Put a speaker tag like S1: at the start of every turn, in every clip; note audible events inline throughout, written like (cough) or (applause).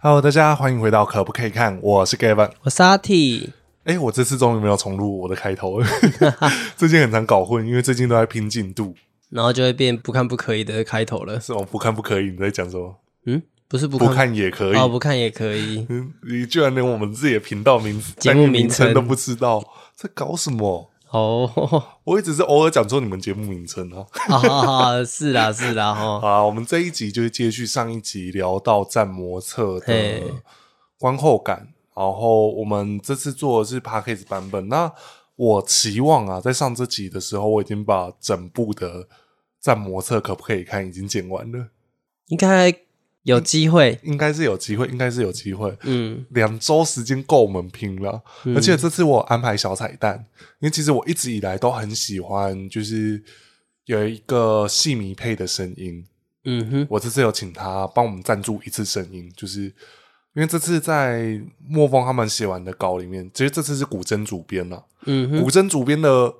S1: Hello，大家欢迎回到可不可以看？我是 Gavin。
S2: 我是阿 T，
S1: 哎，我这次终于没有重录我的开头，
S2: (laughs)
S1: 最近很常搞混，因为最近都在拼进度。
S2: 然后就会变不看不可以的开头了。
S1: 是我不看不可以，你在讲什么？
S2: 嗯，不是不
S1: 不
S2: 看
S1: 看也可以。
S2: 哦，不看也可以。
S1: 嗯你居然连我们自己的频道名字、
S2: 节目
S1: 单元名
S2: 名称
S1: 都不知道，在搞什么？
S2: 哦， (laughs)
S1: 我一直是偶尔讲错你们节目名称啊。
S2: 啊，是啦是啦哦哈，
S1: 好啦，我们这一集就是接续上一集聊到战模测的
S2: 嘿
S1: 观后感，然后我们这次做的是 p a c k a g e 版本。那我期望啊，在上这集的时候，我已经把整部的战模测可不可以看已经剪完了，
S2: 应该有机会。
S1: 应该是有机会，应该是有机会。
S2: 嗯，
S1: 两周时间够我们拼了，而且这次我有安排小彩蛋，因为其实我一直以来都很喜欢，就是有一个戏迷配的声音，
S2: 嗯哼，
S1: 我这次有请他帮我们赞助一次声音，就是因为这次在莫风他们写完的稿里面，其实这次是古筝主编了、
S2: 嗯哼，
S1: 古筝主编的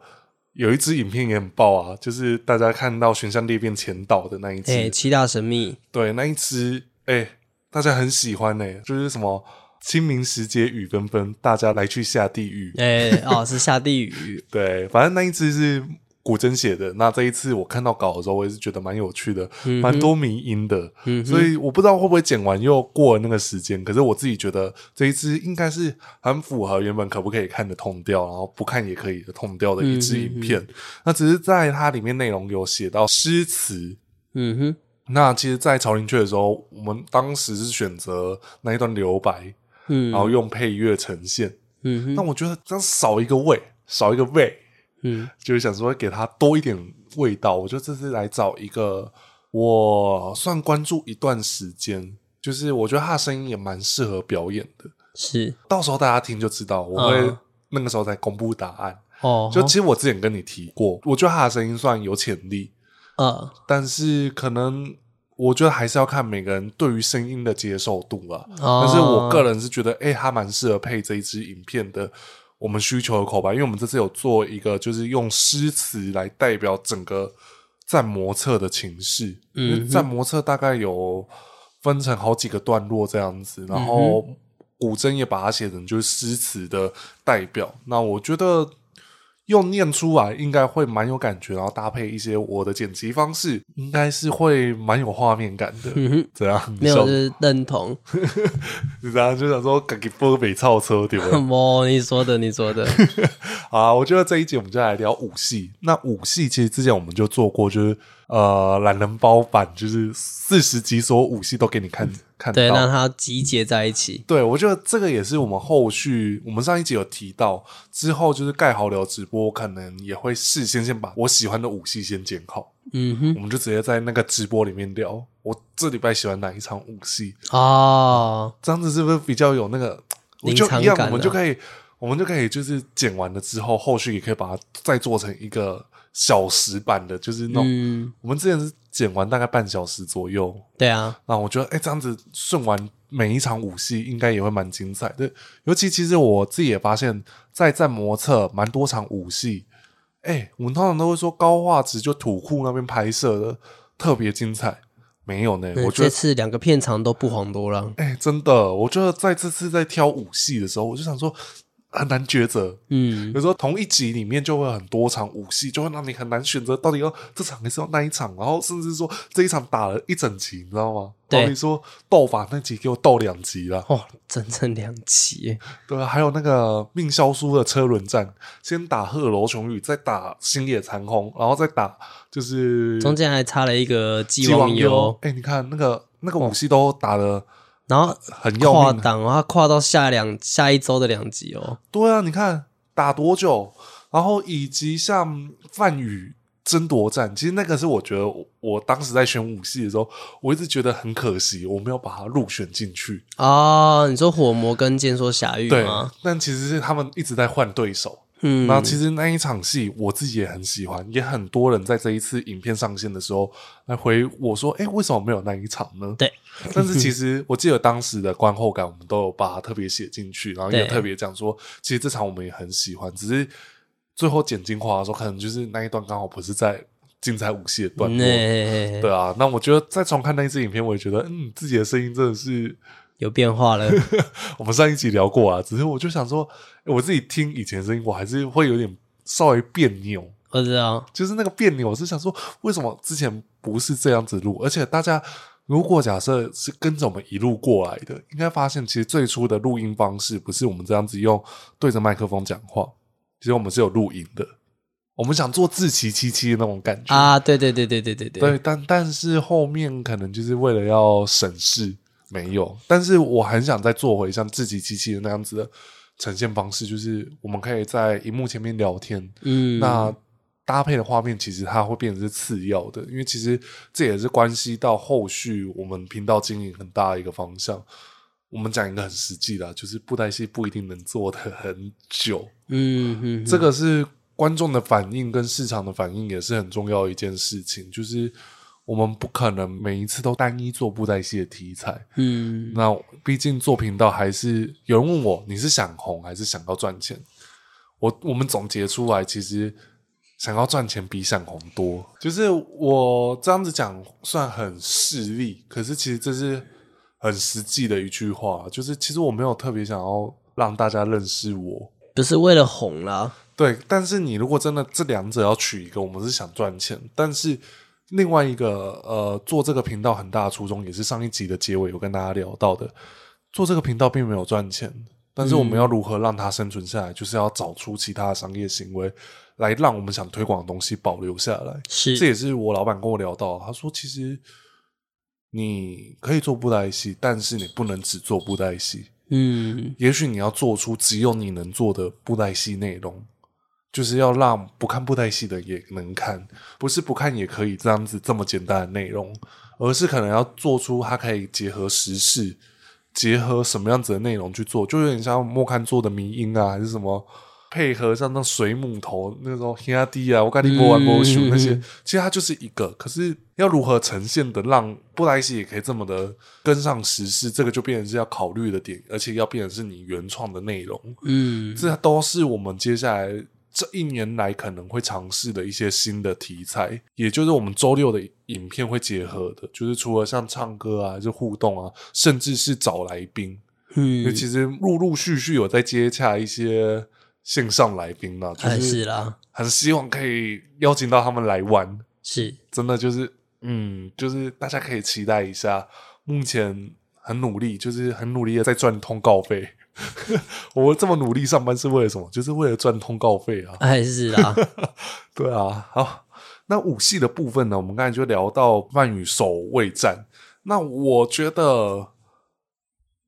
S1: 有一支影片也很爆啊，就是大家看到悬象裂变前导的那一支，
S2: 哎，七大神秘，
S1: 对那一支，哎、大家很喜欢呢、哎就是什么清明时节雨纷纷，大家来去下地狱。
S2: 哎，哦，是下地狱。 (laughs)
S1: 对，反正那一支是古筝写的。那这一次我看到稿的时候，我也是觉得蛮有趣的，蛮多迷音的。所以我不知道会不会剪完又过了那个时间，可是我自己觉得这一支应该是很符合原本可不可以看的痛调，然后不看也可以的痛调的一支影片。那只是在它里面内容有写到诗词。
S2: 嗯哼，
S1: 那其实，在《朝林雀》的时候，我们当时是选择那一段留白，
S2: 嗯
S1: 然后用配乐呈现。
S2: 嗯哼，
S1: 但我觉得这样少一个味，少一个味，
S2: 嗯，
S1: 就是想说给它多一点味道。我就这次来找一个我算关注一段时间，就是我觉得他的声音也蛮适合表演的。
S2: 是
S1: 到时候大家听就知道，我会
S2: 嗯
S1: 那个时候再公布答案。
S2: 哦，
S1: 就其实我之前跟你提过，我觉得他的声音算有潜力，
S2: 呃，
S1: 但是可能我觉得还是要看每个人对于声音的接受度啊。
S2: 哦
S1: 但是我个人是觉得，哎、他蛮适合配这一支影片的。我们需求的口白，因为我们这次有做一个，就是用诗词来代表整个战模册的情势。
S2: 嗯哼
S1: 因为战模册大概有分成好几个段落这样子，然
S2: 嗯
S1: 后古筝也把它写成就是诗词的代表。那我觉得用念出来应该会蛮有感觉，然后搭配一些我的剪辑方式，应该是会蛮有画面感的。
S2: 嗯哼，
S1: 怎样？
S2: 没有
S1: 你笑
S2: 就是认同。
S1: 你这样就想说，赶紧播北超车 (laughs) 对吧？
S2: (laughs) 哦，你说的，你
S1: (laughs)
S2: 说的，
S1: 好啊，我觉得这一集我们就来聊武戏。那武戏其实之前我们就做过，就是呃懒人包版，就是四十集所有武戏都给你看看
S2: 对，
S1: 到。
S2: 让它集结在一起。
S1: 对，我觉得这个也是我们后续，我们上一集有提到，之后就是盖好聊直播，可能也会事先先把我喜欢的武戏先剪好，
S2: 嗯哼，
S1: 我们就直接在那个直播里面聊，我这礼拜喜欢哪一场武戏，
S2: 哦，
S1: 这样子是不是比较有那个？我
S2: (laughs) 临
S1: 就
S2: 场
S1: 一样，
S2: 感
S1: 我们就
S2: 啊
S1: 可以，我们就可以就是剪完了之后，后续也可以把它再做成一个小时版的，就是那种、
S2: 嗯，
S1: 我们之前是剪完大概半小时左右，
S2: 对啊，
S1: 那我觉得哎、诶这样子顺完每一场武戏，应该也会蛮精彩的。尤其其实我自己也发现，在战模测蛮多场武戏，哎、我们通常都会说高画质就土库那边拍摄的特别精彩，没有呢，
S2: 嗯
S1: 我觉得
S2: 这次两个片场都不遑多让。
S1: 哎、真的，我觉得在这次在挑武戏的时候，我就想说很难抉择。
S2: 嗯
S1: 有时候同一集里面就会很多场武戏，就会让你很难选择到底要这场还是要那一场，然后甚至说这一场打了一整集，你知道吗？
S2: 对
S1: 好比说斗法那集给我斗两集了，
S2: 哦，整整两集耶，
S1: 对啊，还有那个命萧书的车轮战，先打鹤楼琼宇，再打星野残红，然后再打就是
S2: 中间还插了一个
S1: 姬
S2: 鸡王
S1: 优
S2: 优。，
S1: 哎、你看那个那个武戏都打的
S2: 然后
S1: 很要
S2: 跨
S1: 命啊，
S2: 档，然后跨到下两下一周的两集哦。
S1: 对啊，你看打多久，然后以及像范宇争夺战，其实那个是我觉得我我当时在选武戏的时候，我一直觉得很可惜，我没有把它入选进去。
S2: 啊，你说火魔跟剑说侠玉
S1: 对
S2: 吗？，
S1: 但其实是他们一直在换对手。
S2: 嗯，
S1: 那其实那一场戏我自己也很喜欢，也很多人在这一次影片上线的时候来回我说：“哎、为什么没有那一场呢？”
S2: 对，
S1: 但是其实我记得当时的观后感，我们都有把它特别写进去，然后也
S2: 对
S1: 特别讲说，其实这场我们也很喜欢，只是最后剪精华的时候，可能就是那一段刚好不是在精彩武戏的段
S2: 嗯
S1: 落。
S2: 欸
S1: 对啊，那我觉得再重看那一支影片，我也觉得，嗯，自己的声音真的是
S2: 有变
S1: (laughs)
S2: 化了，
S1: 我们上一集聊过啊，只是我就想说，我自己听以前声音，我还是会有点稍微别扭，
S2: 我知道。
S1: 就是那个别扭，我是想说，为什么之前不是这样子录？而且大家如果假设是跟着我们一路过来的，应该发现其实最初的录音方式不是我们这样子用对着麦克风讲话，其实我们是有录音的。我们想做自欺欺欺的那种感觉，
S2: 啊，对对对对对对
S1: 对，但但是后面可能就是为了要省事，没有。但是我很想再做回像自己机器人那样子的呈现方式，就是我们可以在荧幕前面聊天，
S2: 嗯，
S1: 那搭配的画面其实它会变成是次要的，因为其实这也是关系到后续我们频道经营很大的一个方向。我们讲一个很实际的啊，就是布袋戏不一定能做的很久，
S2: 嗯嗯，
S1: 这个是观众的反应跟市场的反应也是很重要的一件事情，就是我们不可能每一次都单一做布袋戏的题材。
S2: 嗯
S1: 那毕竟做频道还是有人问我，你是想红还是想要赚钱？我我们总结出来，其实想要赚钱比想红多。就是我这样子讲算很势利，可是其实这是很实际的一句话，就是其实我没有特别想要让大家认识我，
S2: 不是为了红啦，
S1: 对，但是你如果真的这两者要取一个，我们是想赚钱，但是另外一个呃，做这个频道很大的初衷，也是上一集的结尾有跟大家聊到的，做这个频道并没有赚钱，但是我们要如何让它生存下来，就是要找出其他的商业行为来让我们想推广的东西保留下来。
S2: 是
S1: 这也是我老板跟我聊到，他说其实你可以做布袋戏，但是你不能只做布袋戏。
S2: 嗯
S1: 也许你要做出只有你能做的布袋戏内容，就是要让不看布袋戏的也能看，不是不看也可以这样子这么简单的内容，而是可能要做出它可以结合时事，结合什么样子的内容去做，就有点像莫看做的迷音啊，还是什么。配合上那水母头那种黑压低啊，我跟你播完播秀那些，
S2: 嗯
S1: 其实它就是一个，可是要如何呈现的让布莱希也可以这么的跟上时事，这个就变成是要考虑的点，而且要变成是你原创的内容，
S2: 嗯
S1: 这都是我们接下来这一年来可能会尝试的一些新的题材，也就是我们周六的影片会结合的，就是除了像唱歌啊，还是互动啊，甚至是找来宾，因为
S2: 嗯，
S1: 其实陆陆续续有在接洽一些线上来宾啊，就
S2: 还
S1: 是
S2: 哎是啦，
S1: 很希望可以邀请到他们来玩。
S2: 是
S1: 真的就是，嗯，就是大家可以期待一下。目前很努力，就是很努力的在赚通告费。 (laughs) 我这么努力上班是为了什么？就是为了赚通告费啊！
S2: 还哎是啦，
S1: 对啊，好，那武戏的部分呢，我们刚才就聊到曼语守卫战。那我觉得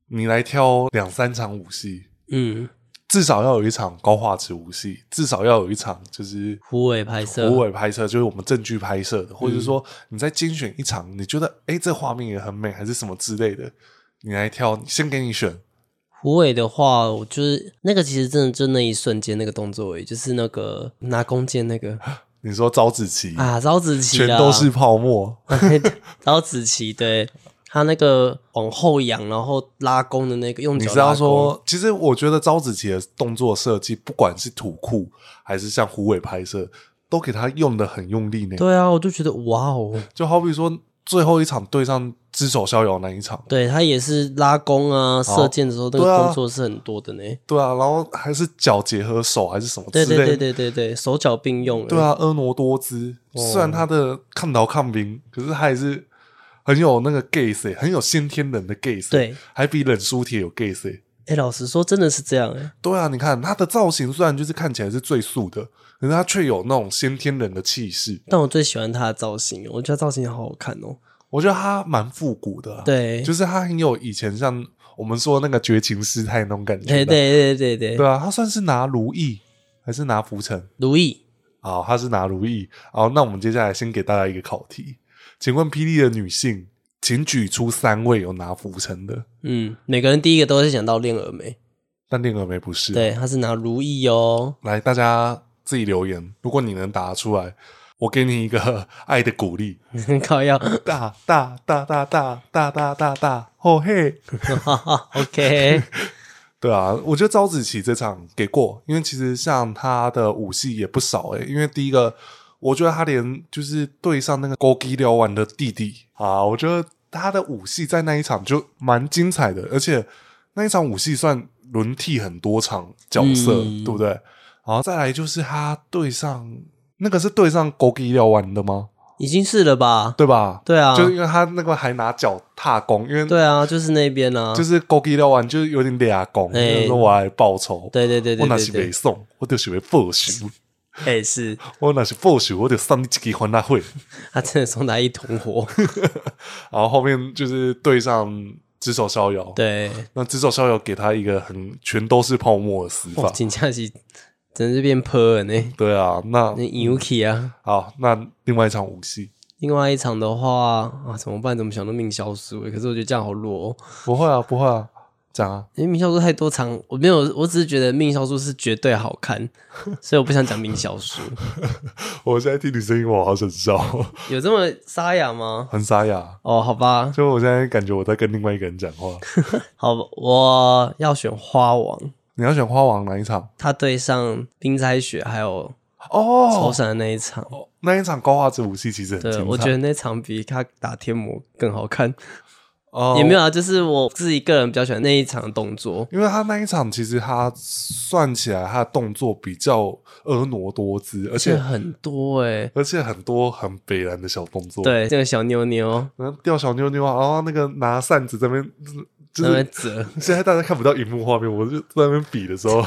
S1: 你来挑两三场武戏，
S2: 嗯，
S1: 至少要有一场高画质武戏，至少要有一场就是
S2: 虎尾拍摄，嗯
S1: 虎尾拍摄，就是我们证据拍摄的，或者说你在精选一场，你觉得哎、诶这画面也很美，还是什么之类的，你来挑，先给你选。
S2: 虎尾的话，我就是那个，其实真的就那一瞬间那个动作而已，就是那个拿弓箭那 (laughs) 个
S1: 你说招子棋，
S2: 啊，招子棋
S1: 全
S2: 啦
S1: 都是泡沫，
S2: 招子棋，对他那个往后仰，然后拉弓的那个，用
S1: 你
S2: 脚
S1: 知道
S2: 拉弓，
S1: 说，其实我觉得招子棋的动作设计，不管是土库还是像虎尾拍摄，都给他用的很用力呢。
S2: 对啊，我就觉得哇哦，
S1: 就好比说最后一场对上只手逍遥那一场，
S2: 对他也是拉弓啊，
S1: 好
S2: 射箭的时候那
S1: 对
S2: 个
S1: 啊
S2: 动作是很多的呢，
S1: 对啊，然后还是脚结合手还是什么之
S2: 对
S1: 类的，
S2: 对对对对对，手脚并用，
S1: 对，啊，婀娜多姿。
S2: 哦
S1: 虽然他的抗刀抗兵，可是他也是很有那个 gay 色，很有先天人的 gay 色，
S2: 对，
S1: 还比冷书铁有 gay 色。
S2: 哎，老实说，真的是这样哎，
S1: 对啊，你看他的造型虽然就是看起来是最素的，可是他却有那种先天人的气势。
S2: 但我最喜欢他的造型哦，我觉得他造型好好看哦，
S1: 我觉得他蛮复古的、啊，，
S2: 对，
S1: 就是他很有以前像我们说那个绝情师太那种感觉
S2: 对
S1: 的。
S2: 对对对对，
S1: 对啊，他算是拿如意还是拿浮尘？
S2: 如意。
S1: 好，他是拿如意。好，那我们接下来先给大家一个考题，请问霹雳的女性，请举出三位有拿浮尘的，
S2: 嗯，每个人第一个都会想到恋峨眉，
S1: 但恋峨眉不是。，啊
S2: 对，他是拿如意哦， (laughs)
S1: 来大家自己留言，如果你能答出来，我给你一个爱的鼓励，
S2: 靠腰 (laughs)
S1: 大大大大大大大大大，哦嘿。
S2: ，OK，
S1: 对啊，我觉得招子琪这场给过，因为其实像他的武戏也不少欸诶、因为第一个，我觉得他连就是对上那个高基辽丸的弟弟啊，我觉得他的武戏在那一场就蛮精彩的，而且那一场武戏算轮替很多场角色，
S2: 嗯
S1: 对不对？然后再来就是他对上那个是对上狗给廖完的吗？
S2: 已经是了吧？
S1: 对吧？
S2: 对啊，
S1: 就是因为他那个还拿脚踏弓，因为
S2: 对啊，就是那边啊，
S1: 就是勾结了完，就是有点俩拱，
S2: 哎
S1: 就是说我来报仇。
S2: 对对对对
S1: 我若
S2: 对
S1: 是没
S2: 对，
S1: 送，我就是没报仇；
S2: 哎、是
S1: 我若是报仇，我就送你一支欢乐会。
S2: 他真的送他一桶火，
S1: 然后后面就是对上只手逍遥，
S2: 对，
S1: 那只手逍遥给他一个很全都是泡沫的死
S2: 哇，
S1: 法。
S2: 真正是真是变泼了呢，
S1: 对啊，那
S2: 那 Yuki 啊。
S1: 好，那另外一场武戏
S2: 另外一场的话啊，怎么办？怎么想都命消输欸可是我觉得这样好弱、哦，
S1: 不会啊，不会啊，讲啊， (laughs)
S2: 因为命消输太多场，我没有，我只是觉得命消输是绝对好看，所以我不想讲命消输。
S1: 我现在听你声音，我好想笑，
S2: 有这么沙哑吗？
S1: 很沙哑。
S2: 哦，好吧，
S1: 就我现在感觉我在跟另外一个人讲话。
S2: 好，我要选花王，
S1: 你要选花王哪一场？
S2: 他对上冰斋雪还有
S1: 哦
S2: 仇，神的那一场，
S1: 那一场高画质武器其实哦很精彩
S2: 对，，我觉得那场比他打天魔更好看，
S1: 哦
S2: 也没有啊，就是我自己个人比较喜欢那一场的动作，
S1: 因为他那一场其实他算起来他的动作比较婀娜多姿，而
S2: 这
S1: 且
S2: 很多哎、
S1: 而且很多很北然的小动作，，
S2: 对，这个小妞妞
S1: 然后吊小妞妞啊，然后那个拿扇子在那边，就
S2: 那
S1: 是
S2: 边折。
S1: 现在大家看不到荧幕画面，我就在那边比的时
S2: (laughs)
S1: 候，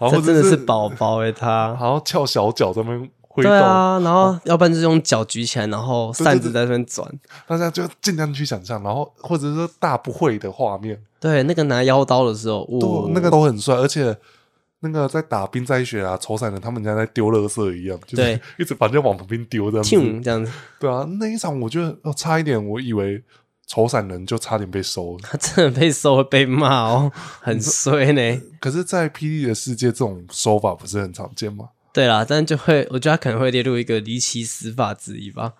S1: 然后或
S2: 这真
S1: 者
S2: 的是
S1: 是，
S2: 宝宝哎，
S1: 然
S2: 他。
S1: 后翘小脚在那边挥
S2: 对
S1: 动，
S2: 啊，然后要不然就是用脚举起来，然后扇子在那边转。
S1: 大家就尽量去想象，然后或者是大不会的画面，
S2: 对，那个拿腰刀的时候，
S1: 都
S2: 哦，
S1: 那个都很帅，而且那个在打冰灾雪啊、仇散人，他们家在丢垃圾一样，就是
S2: 对
S1: 一直把人家往旁边丢这样子。
S2: ting 这样子，
S1: 对啊，那一场我觉得哦，差一点，我以为仇散人就差点被收了。
S2: 他真的被收会被骂哦，很衰呢。
S1: 可是，在霹雳的世界，这种手法不是很常见吗？
S2: 对啦，但就会，我觉得他可能会列入一个离奇死法之一吧，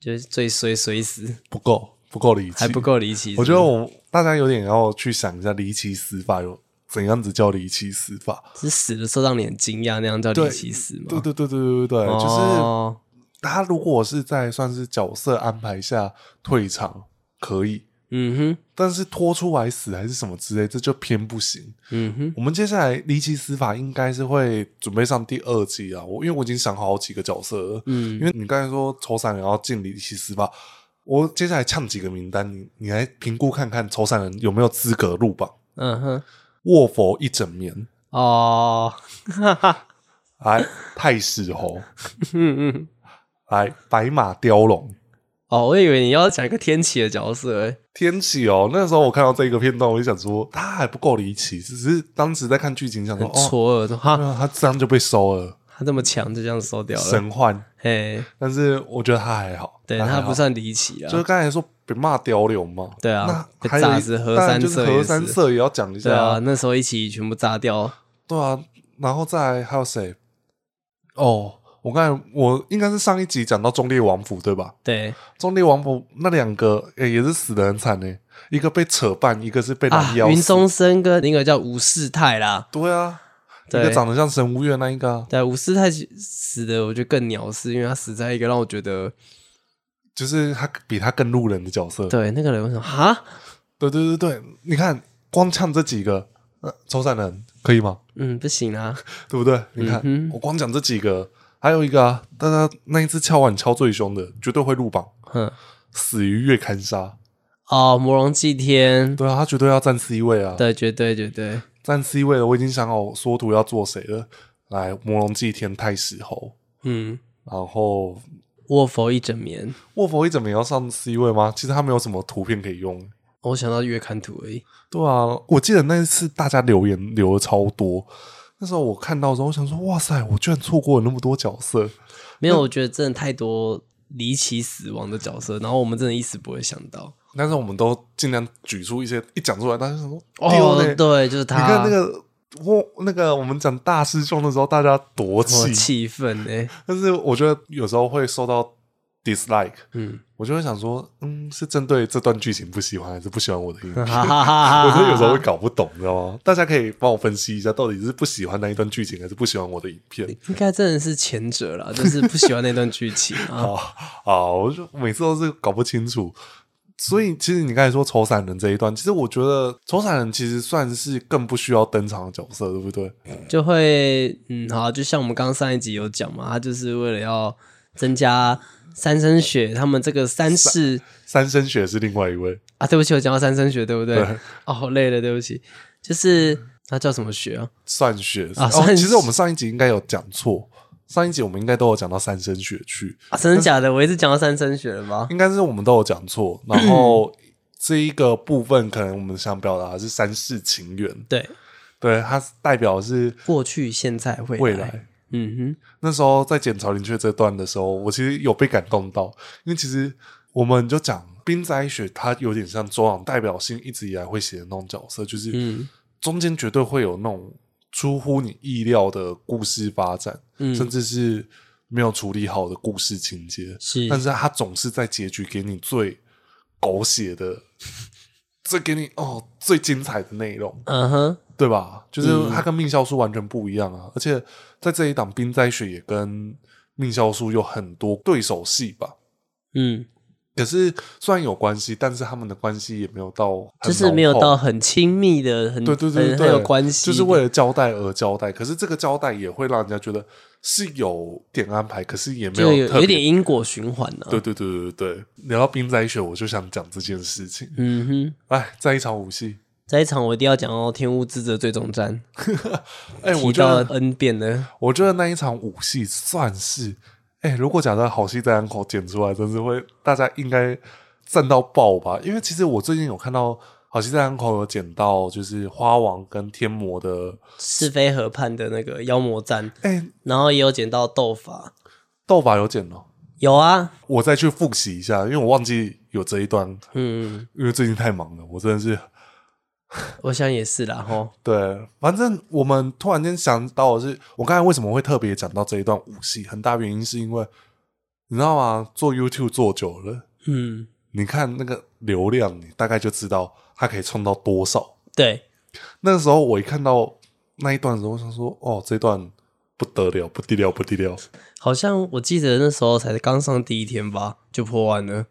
S2: 就是最衰衰死，
S1: 不够，不够离奇
S2: 还，不。够离奇。
S1: 我觉得我大家有点要去想一下离奇死法有怎样子叫离奇死法。
S2: 是死的时候让你很惊讶，那样叫离奇死吗？
S1: 对对对对对对对，就是
S2: 哦
S1: 他如果是在算是角色安排下退场可以，
S2: 嗯哼，
S1: 但是拖出来死还是什么之类，这就偏不行。
S2: 嗯哼，
S1: 我们接下来离奇死法应该是会准备上第二季啊，我因为我已经想好几个角色了，
S2: 嗯
S1: 因为你刚才说仇散人要进离奇死法，我接下来唱几个名单，你你来评估看看仇散人有没有资格入榜。
S2: 嗯哼，
S1: 卧佛一整眠，
S2: 哦， (laughs)
S1: 来太史侯，
S2: 嗯嗯。
S1: 来白马雕龙。
S2: 哦，我以为你要讲一个天启的角色、欸，
S1: 天启哦，那时候我看到这个片段，我就想说他还不够离奇，只是当时在看剧情想说
S2: 很
S1: 哦，
S2: 错愕，说
S1: (laughs)
S2: 哈，
S1: 那他这样就被收了，
S2: 他这么强就这样收掉了，
S1: 神幻。
S2: 嘿，
S1: 但是我觉得他还好，
S2: 对
S1: 还
S2: 他
S1: 好
S2: 不，算离奇
S1: 就是
S2: 啊，
S1: 刚才说被骂雕龙嘛，
S2: 对啊
S1: 那还有
S2: 被炸
S1: 一
S2: 死和
S1: 当然
S2: 三
S1: 就是
S2: 色
S1: 和
S2: 也
S1: 三
S2: 是
S1: 色也要讲一
S2: 对啊
S1: 下，，
S2: 那时候一起全部炸掉，
S1: 对啊，然后再来还有谁？哦，我刚才我应该是上一集讲到忠烈王府对吧？
S2: 对
S1: 忠烈王府那两个诶也是死的很惨呢，一个被扯半，一个是被
S2: 啊
S1: 拦，腰
S2: 云
S1: 死
S2: 中生跟那个叫吴世泰啦，
S1: 对啊，一
S2: 对
S1: 个长得像神无月那一个啊，
S2: 对，吴世泰死的我觉得更鸟事，因为他死在一个让我觉得，
S1: 就是他比他更路人的角色。
S2: 对那个人我想哈，
S1: 对对对对，你看光呛这几个，呃，抽散人可以吗？
S2: 嗯，不行啊，
S1: 对不对？你看、
S2: 嗯
S1: 我光讲这几个，还有一个啊，大家那一只敲碗敲最凶的，绝对会入榜，
S2: 哼，
S1: 死于月刊杀。
S2: 哦，魔龙祭天，
S1: 对啊，他绝对要占 C 位啊，
S2: 对，绝对绝对，
S1: 占 C 位了，我已经想好缩图要做谁了。来，魔龙祭天太史侯，
S2: 嗯，
S1: 然后
S2: 卧佛一整眠，
S1: 卧佛一怎么也要上 C 位吗？其实他没有什么图片可以用。
S2: 我想到月刊图而已，
S1: 对啊，我记得那一次大家留言留的超多，那时候我看到的时候，我想说，哇塞，我居然错过了那么多角色。
S2: 没有，我觉得真的太多离奇死亡的角色，然后我们真的一时不会想到。
S1: 但是我们都尽量举出一些，一讲出来，大家就想说，丢
S2: 哦
S1: 嘞，
S2: 对，就是
S1: 你
S2: 他，
S1: 看那个。我那个我们讲大师兄的时候，大家多
S2: 我
S1: 气，
S2: 气愤哎，
S1: (laughs) 但是我觉得有时候会受到 dislike，
S2: 嗯，
S1: 我就会想说，嗯，是针对这段剧情不喜欢，还是不喜欢我的
S2: (laughs)
S1: 影片？
S2: 哈哈哈
S1: 我觉得有时候会搞不懂，你知道吗？大家可以帮我分析一下，到底是不喜欢那一段剧情，还是不喜欢我的影片？
S2: 应该真的是前者啦，就是不喜欢那段剧情啊。
S1: 啊啊！我就每次都是搞不清楚。所以，其实你刚才说丑散人这一段，其实我觉得丑散人其实算是更不需要登场的角色，对不对？
S2: 就会嗯，好，就像我们刚刚上一集有讲嘛，他就是为了要增加三生学他们这个三世
S1: 三生雪是另外一位，
S2: 啊，对不起，我讲到三生学，对不对？
S1: 对
S2: 哦，好累了，对不起，就是他叫什么学啊？
S1: 算雪
S2: 啊
S1: 哦
S2: 算，雪
S1: 其实我们上一集应该有讲错，上一集我们应该都有讲到三生雪去，
S2: 啊，真的假的？我一直讲到三生学了吗？
S1: 应该是我们都有讲错。然后这一个部分，可能我们想表达的是三世情缘，
S2: 对，
S1: 对，它代表的是
S2: 过去、现在、未来。
S1: 未来。
S2: 嗯
S1: 那时候在剪曹林雀这段的时候，我其实有被感动到，因为其实我们就讲冰斋雪，它有点像周朗代表性一直以来会写的那种角色，就是
S2: 嗯
S1: 中间绝对会有那种出乎你意料的故事发展，
S2: 嗯
S1: 甚至是没有处理好的故事情节，
S2: 是
S1: 但是它总是在结局给你最狗血的。 (laughs) 最给你哦，最精彩的内容，
S2: 哼，嗯哼，
S1: 对吧？
S2: 嗯
S1: 就是它跟命销书完全不一样啊，而且在这一档冰灾雪也跟命销书有很多对手戏吧。
S2: 嗯，
S1: 可是虽然有关系，但是他们的关系也没有到很
S2: 就是没有
S1: 浓厚
S2: 到很亲密的，很
S1: 对对对
S2: 很
S1: 对
S2: 很有关系，
S1: 就是为了交代而交代。可是这个交代也会让人家觉得是有点安排，可是也没
S2: 就有
S1: 特
S2: 有点
S1: 别。
S2: 因果循环呢、啊。
S1: 对对对对对对，聊到冰灾雪，我就想讲这件事情。
S2: 嗯哼，
S1: 哎，在一场武戏，
S2: 这一场我一定要讲到天乌之泽最终战，
S1: 哎，我
S2: 提
S1: 觉
S2: 到
S1: 得
S2: 了 N 遍了。
S1: 我觉得那一场武戏算是，哎、如果假设好戏在安口剪出来，真是会大家应该赞到爆吧？因为其实我最近有看到好戏在安口有剪到，就是花王跟天魔的，
S2: 是非河畔的那个妖魔战，
S1: 哎、
S2: 然后也有捡到斗法，
S1: 斗法有剪哦，
S2: 有啊，
S1: 我再去复习一下，因为我忘记有这一段，
S2: 嗯，
S1: 因为最近太忙了，我真的是
S2: 我想也是啦，吼，
S1: 对，反正我们突然间想到的是，我刚才为什么会特别讲到这一段武戏，很大原因是因为你知道吗？做 YouTube 做久了。
S2: 嗯，
S1: 你看那个流量，你大概就知道它可以冲到多少。
S2: 对，
S1: 那时候我一看到那一段的时候，我想说，哦，这段不得了，不得了，不得了。
S2: 好像我记得那时候才刚上第一天吧，就破万了，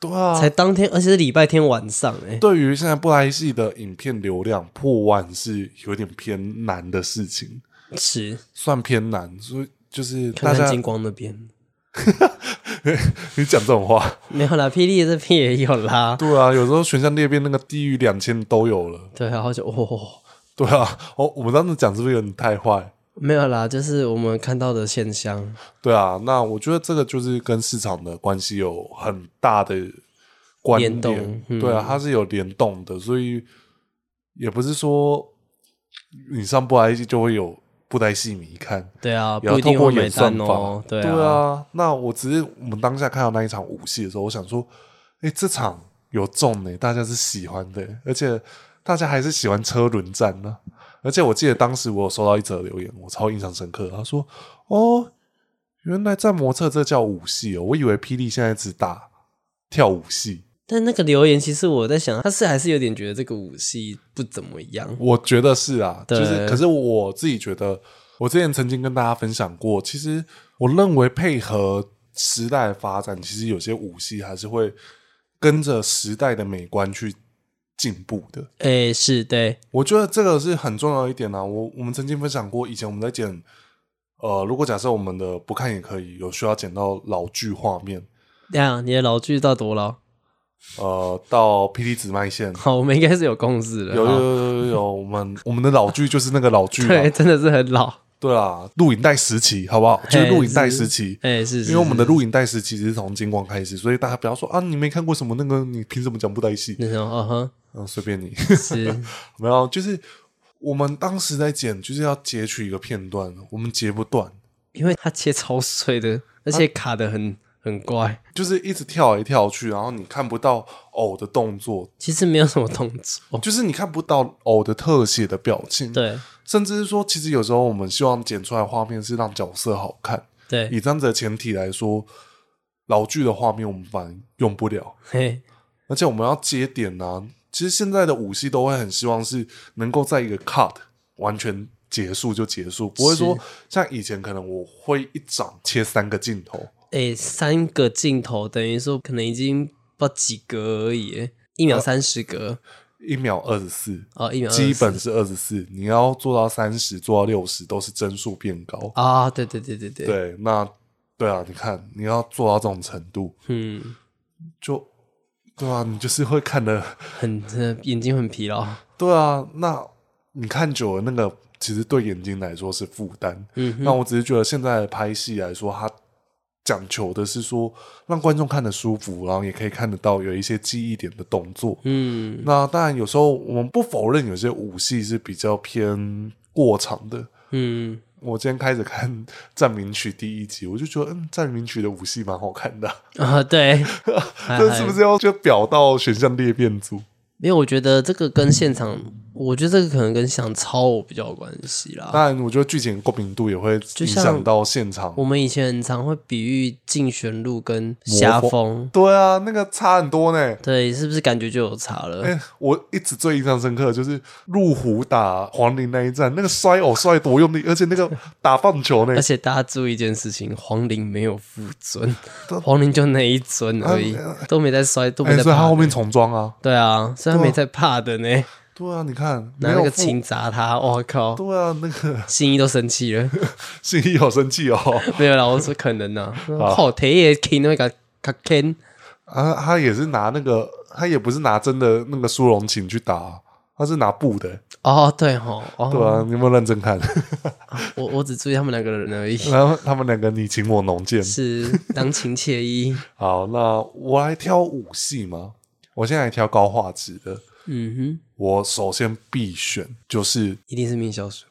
S1: 对啊，
S2: 才当天，而且是礼拜天晚上、欸，哎，
S1: 对于现在布莱系的影片流量破万是有点偏难的事情，
S2: 是
S1: 算偏难，所以就是大
S2: 看
S1: 家
S2: 看金光那边
S1: 你讲这种话，
S2: 没有啦，霹雳这边也有啦，
S1: 对啊，有时候选项裂变那个低于两千都有了，
S2: 对啊，好久哦，
S1: 对啊，哦，我们当时讲是不是有点太坏？
S2: 没有啦，就是我们看到的现象，
S1: 对啊，那我觉得这个就是跟市场的关系有很大的关联，
S2: 联动嗯
S1: 对啊，它是有联动的，所以也不是说你上布莱戏就会有布袋戏迷看，
S2: 对啊，
S1: 也要
S2: 不一
S1: 透
S2: 定
S1: 过
S2: 会买
S1: 演算
S2: 单
S1: 法，
S2: 哦，对
S1: 对
S2: 啊，
S1: 啊。那我只是我们当下看到那一场武戏的时候，我想说，哎，这场有中呢、欸大家是喜欢的、而且大家还是喜欢车轮战呢、而且我记得当时我有收到一则留言，我超印象深刻。他说：“哦，原来在模特这叫武戏哦，我以为霹雳现在只打跳舞戏。
S2: 但那个留言其实我在想，他是还是有点觉得这个武戏不怎么样，
S1: 我觉得是啊，就
S2: 对
S1: 是可是我自己觉得，我之前曾经跟大家分享过，其实我认为配合时代的发展，其实有些武戏还是会跟着时代的美观去进步的。
S2: 哎、是对，
S1: 我觉得这个是很重要一点啊。我我们曾经分享过，以前我们在剪，呃，如果假设我们的不看也可以，有需要剪到老剧画面，
S2: 这样你的老剧到多老？ (laughs)
S1: 呃，到霹雳紫麦线，
S2: 好，我们应该是有共识的，
S1: 有有
S2: 好
S1: 有有有，我们我们的老剧就是那个老剧嘛，
S2: 对，真的是很老，
S1: 对啦，录影带时期好不好？就是录影带时期，
S2: 哎、是
S1: 因
S2: 是
S1: 为我们的录影带时期是从金光开始，所以大家不要说啊，你没看过什么那个，你凭什么讲布袋戏？
S2: 那种，嗯哼，
S1: 嗯，随便你。 (laughs)
S2: 是，
S1: 没有，就是我们当时在剪，就是要截取一个片段，我们截不断，
S2: 因为它切超碎的，而且卡的很、很怪，
S1: 就是一直跳来跳去，然后你看不到偶的动作，
S2: 其实没有什么动作，
S1: 就是你看不到偶的特写的表情，，
S2: 哦对
S1: 甚至是说，其实有时候我们希望剪出来的画面是让角色好看，
S2: 对，
S1: 以这样子的前提来说，老剧的画面我们反而用不了，
S2: 嘿，
S1: 而且我们要接点啊。其实现在的武戏都会很希望是能够在一个 cut 完全结束就结束，不会说像以前可能我会一掌切三个镜头，
S2: 哎，三个镜头等于说可能已经不知道几格而已耶，一秒三十格，
S1: 一秒二十四，
S2: 哦，一秒
S1: 啊基
S2: 24
S1: 本是二十四，你要做到三十，做到六十都是帧数变高。
S2: 啊，对对对对对，
S1: 对，那对啊，你看你要做到这种程度，
S2: 嗯，
S1: 就对啊，你就是会看的，
S2: 很呃眼睛很疲劳，
S1: 对啊，那你看久了那个。其实对眼睛来说是负担，
S2: 嗯哼
S1: 那我只是觉得现在的拍戏来说，它讲求的是说让观众看得舒服，然后也可以看得到有一些记忆点的动作。
S2: 嗯
S1: 那当然有时候我们不否认有些武戏是比较偏过场的。
S2: 嗯，
S1: 我今天开始看《战名曲》第一集，我就觉得，嗯，《战名曲》的武戏蛮好看的、
S2: (laughs)
S1: 啊
S2: 啊，对，
S1: (laughs)
S2: 还
S1: 这是不？
S2: 还
S1: 是要就表到选项裂变组？
S2: 因哎为我觉得这个跟现场，我觉得这个可能跟现场超偶比较有关系啦。
S1: 当然，我觉得剧情的共鸣度也会影响
S2: 像
S1: 到现场。
S2: 我们以前很常会比喻进旋路跟瞎
S1: 魔
S2: 风，
S1: 对啊，那个差很多呢。
S2: 对，是不是感觉就有差了？
S1: 哎、我一直最印象深刻的就是路虎打黄陵那一战，那个摔偶摔多用力，而且那个打棒球呢
S2: 而，且大家注意一件事情，黄龄没有复尊，黄龄就那一尊而已，都没在摔，都
S1: 哎、
S2: 没在
S1: 所以他
S2: 怕
S1: 后
S2: 的。
S1: 面重装啊。
S2: 对啊，虽
S1: 对
S2: 然
S1: 啊
S2: 没在怕的呢，
S1: 对啊，你看没
S2: 拿
S1: 有
S2: 那个
S1: 付
S2: 琴砸他，我靠，
S1: 对啊，那个
S2: 心一都生气了。
S1: 信义好生气哦， (laughs)
S2: 没有啦，我说可能呐，好铁也 k 那个卡 k
S1: 啊，他也是拿那个，他也不是拿真的那个苏绒琴去打，啊他是拿布的，
S2: 哦，对吼，
S1: 对
S2: 哦，
S1: 啊，你有没有认真看？ (laughs)
S2: 我我只注意他们两个人而已，
S1: 然后他们两个你情我浓见。
S2: 是郎情妾意。
S1: 好，那我来挑武戏嘛，我现在来挑高画质的，
S2: (laughs) 嗯哼，
S1: 我首先必选就是
S2: 一定是命小鼠。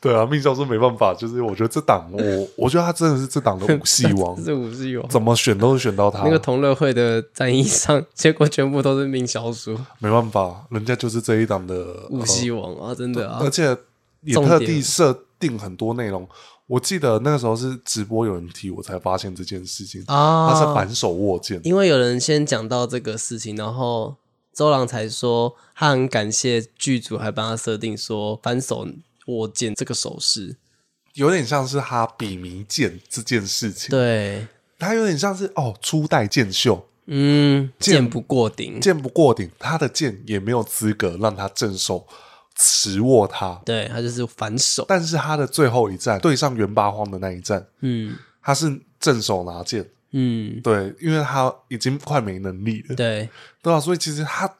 S1: 对啊，命教授没办法，就是我觉得这档我， (laughs) 我觉得他真的是这档的武戏
S2: (laughs)
S1: 王
S2: 这，是武士友。
S1: 怎么选都是选到他，
S2: 那个同乐会的战役上，结果全部都是命小鼠
S1: 没办法，人家就是这一档的呃
S2: 武戏王啊，真的啊
S1: 而，且也
S2: 重
S1: 特
S2: 点
S1: 地设定很多内容。我记得那个时候是直播有人提，我才发现这件事情。
S2: 啊
S1: 他是反手握剑，
S2: 因为有人先讲到这个事情，然后周郎才说他很感谢剧组还帮他设定说反手握剑这个手势，
S1: 有点像是他笔名剑这件事情。
S2: 对，
S1: 他有点像是哦，初代剑秀，
S2: 嗯，剑不过顶，
S1: 剑不过顶，他的剑也没有资格让他正手持握他。
S2: 对他就是反手，
S1: 但是他的最后一战对上元八荒的那一战，
S2: 嗯
S1: 他是正手拿剑，
S2: 嗯，
S1: 对，因为他已经快没能力了。
S2: 对，
S1: 对啊，所以其实他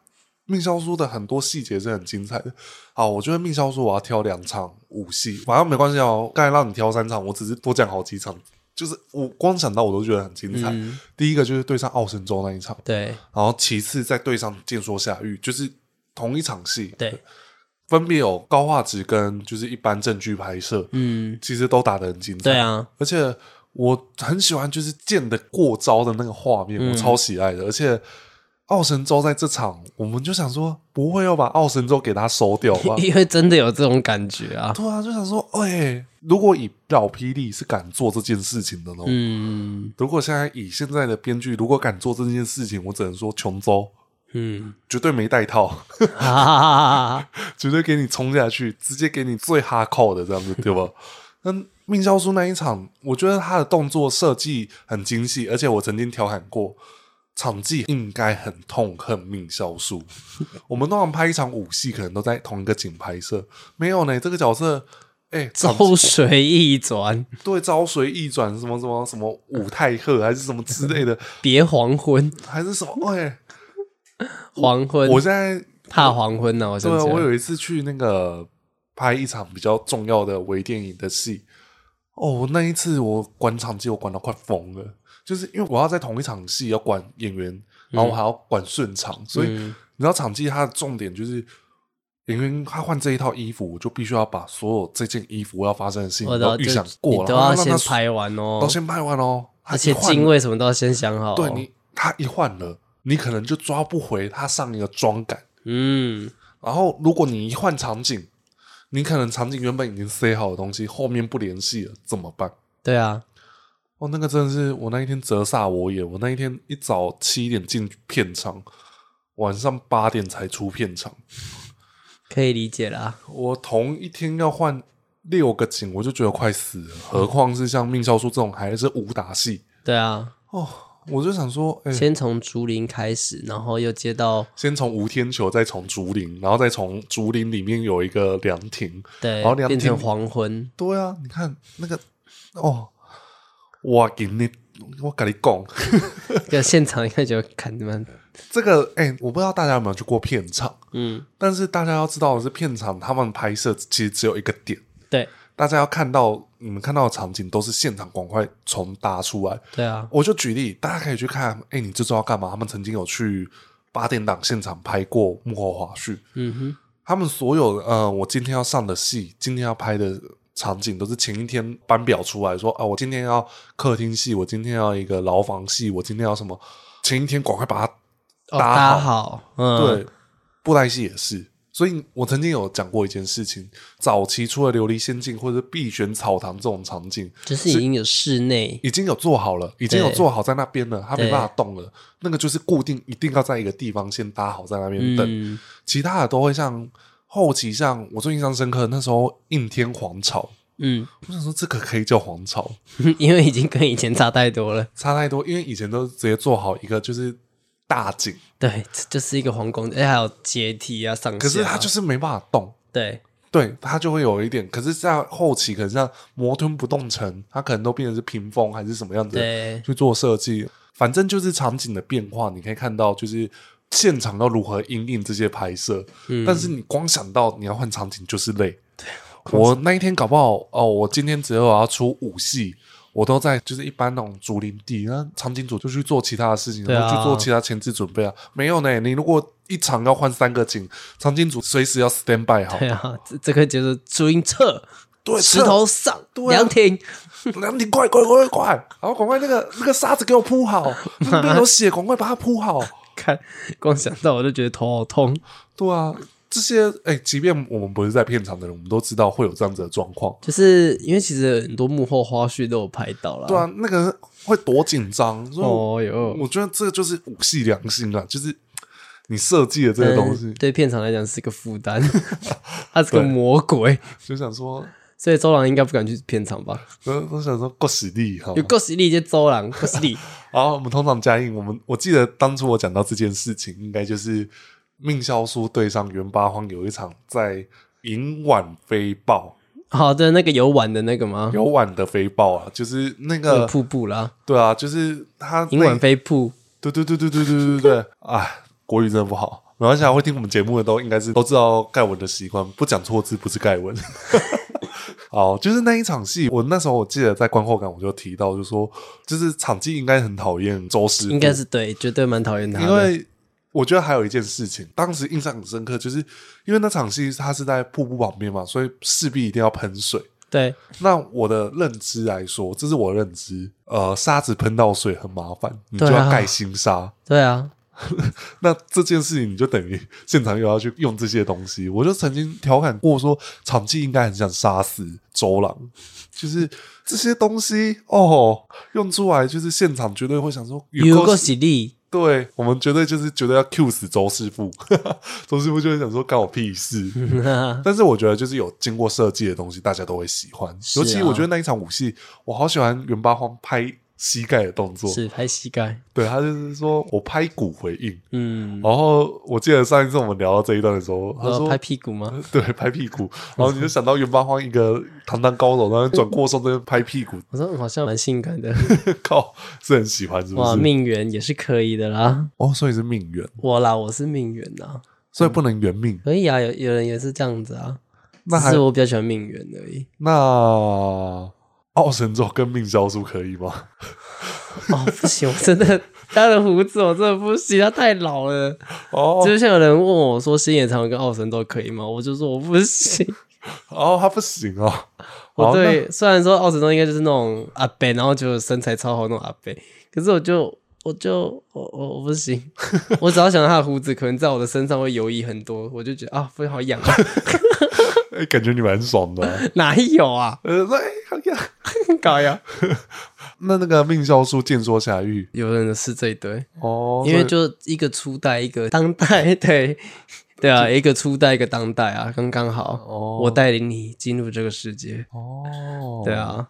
S1: 命销书的很多细节是很精彩的。好，我觉得命销书我要挑两场武戏，反正没关系哦。刚才让你挑三场，我只是多讲好几场，就是我光想到我都觉得很精彩。
S2: 嗯
S1: 第一个就是对上奥神州那一场，
S2: 对
S1: 然后其次再对上剑说下狱，就是同一场戏，
S2: 对，
S1: 分别有高画质跟就是一般证据拍摄，
S2: 嗯，
S1: 其实都打得很精彩。
S2: 对啊，？
S1: 而且我很喜欢就是剑的过招的那个画面，我超喜爱的。而且奥神州在这场，我们就想说，不会要把奥神州给他收掉吧
S2: (laughs) 因为真的有这种感觉啊，
S1: 对啊，就想说，哎、如果以老霹雳是敢做这件事情的呢？
S2: 嗯
S1: 如果现在以现在的编剧，如果敢做这件事情，我只能说琼州
S2: 嗯，
S1: 绝对没带套，
S2: (laughs) 哈哈哈
S1: (laughs)
S2: 哈哈，
S1: 绝对给你冲下去，直接给你最哈扣的这样子，对吧？那命教书那一场，我觉得他的动作设计很精细，而且我曾经调侃过，场记应该很痛恨命教书。我们通常拍一场武戏，可能都在同一个景拍摄，没有呢，这个角色。哎、场
S2: 周水一转，
S1: 对招随意转什么什么什么武泰赫还是什么之类的，
S2: 别黄昏，
S1: 还是什么？哎、
S2: 黄昏，
S1: 我现在
S2: 怕黄昏呢、我想
S1: 对啊，
S2: 起来
S1: 我有一次去那个拍一场比较重要的微电影的戏，哦，那一次我管场记，我管到快疯了，就是因为我要在同一场戏要管演员，然后我还要管顺场，所以
S2: 嗯
S1: 你知道场记它的重点就是。演员他换这一套衣服，我就必须要把所有这件衣服要发生的事情
S2: 我都
S1: 都
S2: 要
S1: 预
S2: 就
S1: 想过
S2: 你
S1: 了，啊
S2: 都
S1: 然后
S2: 要
S1: 让
S2: 先
S1: 他
S2: 拍完哦
S1: 都，先拍完哦。他
S2: 而且
S1: 一换
S2: 敬畏什么都要先想好、哦。
S1: 对你，他一换了，你可能就抓不回他上一个妆感，
S2: 嗯，
S1: 然后如果你一换场景，你可能场景原本已经塞好的东西，后面不联系了，怎么办？
S2: 对啊，
S1: 哦，那个真的是我那一天折煞我眼，我那一天一早七点进片场，晚上八点才出片场，
S2: 可以理解啦。
S1: 我同一天要换六个景，我就觉得快死了，何况是像命校书这种还是武打戏
S2: 对啊，
S1: 哦，我就想说，哎、
S2: 先从竹林开始，然后又接到
S1: 先从吴天球，再从竹林，然后再从竹林里面有一个凉亭，
S2: 对
S1: 然后，两
S2: 变
S1: 天
S2: 成黄昏，
S1: 对啊，你看那个哦，我给你，我跟你讲， (laughs)
S2: 就现场应该就看你们，
S1: 这个哎、我不知道大家有没有去过片场，
S2: 嗯，
S1: 但是大家要知道的是，片场他们拍摄其实只有一个点，
S2: 对
S1: 大家要看到你们看到的场景都是现场赶快重搭出来。
S2: 对啊，
S1: 我就举例，大家可以去看，哎、你这周要干嘛？他们曾经有去八点档现场拍过幕后花絮，
S2: 嗯哼，
S1: 他们所有呃，我今天要上的戏，今天要拍的场景，都是前一天班表出来说啊，我今天要客厅戏，我今天要一个牢房戏，我今天要什么，前一天赶快把它
S2: 哦，
S1: 搭
S2: 搭
S1: 好
S2: 好，嗯，
S1: 对，布袋戏也是。所以我曾经有讲过一件事情，早期除了《琉璃仙境》或者《碧玄草堂》这种场景，
S2: 就是已经有室内，
S1: 已经有做好了，已经有
S2: 对
S1: 做好在那边了，它没
S2: 对
S1: 办法动了。那个就是固定，一定要在一个地方先搭好，在那边等。
S2: 嗯，
S1: 其他的都会像后期像我最印象深刻，那时候应天皇朝，
S2: 嗯， (laughs)
S1: 我想说这个可以叫皇朝，
S2: 因为已经跟以前差太多了。
S1: 差太多，因为以前都直接做好一个就是大景，
S2: 对，这就是一个皇宫，哎，还有阶梯啊，上下啊。
S1: 可是它就是没办法动。
S2: 对，
S1: 对，它就会有一点，可是，在后期，可能像摩吞不动城，它可能都变成是屏风还是什么样子
S2: 对， (laughs)
S1: 去做设计，反正就是场景的变化，你可以看到就是现场要如何应应这些拍摄。
S2: 嗯
S1: 但是你光想到你要换场景就是累。我那一天搞不好哦，我今天只有要出五戏，我都在就是一般那种竹林地，那场景组就去做其他的事情，
S2: 对啊
S1: 然后去做其他前置准备啊。没有呢，你如果一场要换三个景，场景组随时要 stand by 好。
S2: 对啊，这这个就是朱茵撤，
S1: 对
S2: 石头上，
S1: 啊
S2: 凉亭，
S1: 然后你快快快快，然后赶快那个那个沙子给我铺好，那
S2: (laughs)
S1: 边有血，赶快把它铺好。
S2: 看，光想到我就觉得头好痛。
S1: 对啊，这些哎、即便我们不是在片场的人，我们都知道会有这样子的状况。
S2: 就是因为其实很多幕后花絮都有拍到啦。
S1: 对啊，那个会多紧张，所以我,、
S2: 嗯哦哟，
S1: 我觉得这就是武戏良心啊，就是你设计的这
S2: 但
S1: 个东西，
S2: 对片场来讲是个
S1: (laughs)
S2: 负担，他是个
S1: 对
S2: 魔鬼，
S1: 就想说，
S2: 所以周郎应该不敢去片场吧？
S1: 我我想说够实力哈
S2: 有。够实力就周郎，够实力， (laughs)
S1: 然后我们通常加印，我们我记得当初我讲到这件事情，应该就是命萧书对上袁八荒有一场在银碗飞豹。
S2: 好的那个有碗的那个吗？
S1: 有碗的飞豹啊，就是那
S2: 那个
S1: 个
S2: 瀑布啦，
S1: 对啊，就是他
S2: 银碗飞瀑，
S1: 对对对对对对对对， (laughs) 哎，国语真的不好，没关系啊，会听我们节目的都应该是都知道盖文的习惯，不讲错字不是盖文。 (laughs) 好，就是那一场戏，我那时候我记得在观后感我就提到，就说就是场记应该很讨厌周师傅，
S2: 应该是对，绝对蛮讨厌他
S1: 因
S2: 的。
S1: 为我觉得还有一件事情，当时印象很深刻，就是因为那场戏它是在瀑布旁边嘛，所以势必一定要喷水。
S2: 对，
S1: 那我的认知来说，这是我的认知。呃，沙子喷到水很麻烦，你就
S2: 对啊
S1: 要盖新沙。
S2: 对啊，
S1: 那这件事情你就等于现场又要去用这些东西。我就曾经调侃过说，场记应该很想杀死周郎，就是这些东西哦，用出来就是现场绝对会想说，
S2: 有够
S1: 够
S2: 实力，
S1: 对我们绝对就是绝对要 Q 死周师傅， (laughs) 周师傅就会想说干我屁事。但 (laughs) 是我觉得就是有经过设计的东西，大家都会喜欢。
S2: 是啊
S1: 尤其我觉得那一场武戏，我好喜欢袁八荒拍膝盖的动作，
S2: 是拍膝盖，
S1: 对他就是说我拍骨回应。
S2: 嗯，
S1: 然后我记得上一次我们聊到这一段的时候，他
S2: 然后
S1: 说
S2: 拍屁股吗？
S1: (laughs) 对拍屁股，然后你就想到袁八荒一个堂堂高手，然后转过身在那边拍屁股， (laughs)
S2: 我说嗯好像蛮性感的，
S1: 靠，是很喜欢是不
S2: 哇，
S1: 是？
S2: 命缘也是可以的啦。
S1: 哦，所以是命缘，
S2: 我啦，我是命缘呐，
S1: 所以不能圆命。
S2: 可以啊，有有人也是这样子啊，
S1: 那
S2: 只
S1: 还
S2: 是我比较喜欢命缘而已。
S1: 那奥神咒跟命消术可以吗？
S2: 哦，不行，我真的他的胡子我真的不行，他太老了。
S1: 哦
S2: 就像有人问我说星野长跟奥神都可以吗？我就说我不行。
S1: 哦，他不行哦。
S2: 我
S1: (laughs) 好那
S2: 对，虽然说奥神都应该就是那种阿伯，然后就身材超好那种阿伯，可是我就我就我我我
S1: (laughs)
S2: 不行，我只要想到他的胡子可能在我的身上会游移很多，我就觉得啊，非常好痒啊， (laughs)
S1: 哎、感觉你蛮爽的啊、
S2: 哪有啊？
S1: 呃，哎，好呀，
S2: 尬呀。
S1: 那那个命校书见说侠玉
S2: 有人是这一对，
S1: 哦，
S2: 因
S1: 所
S2: 为
S1: 以
S2: 就一个初代，一个当代， (laughs) 对对啊，一个初代，一个当代啊，刚刚好。
S1: 哦
S2: 我带领你进入这个世界，
S1: 哦，
S2: 对，啊。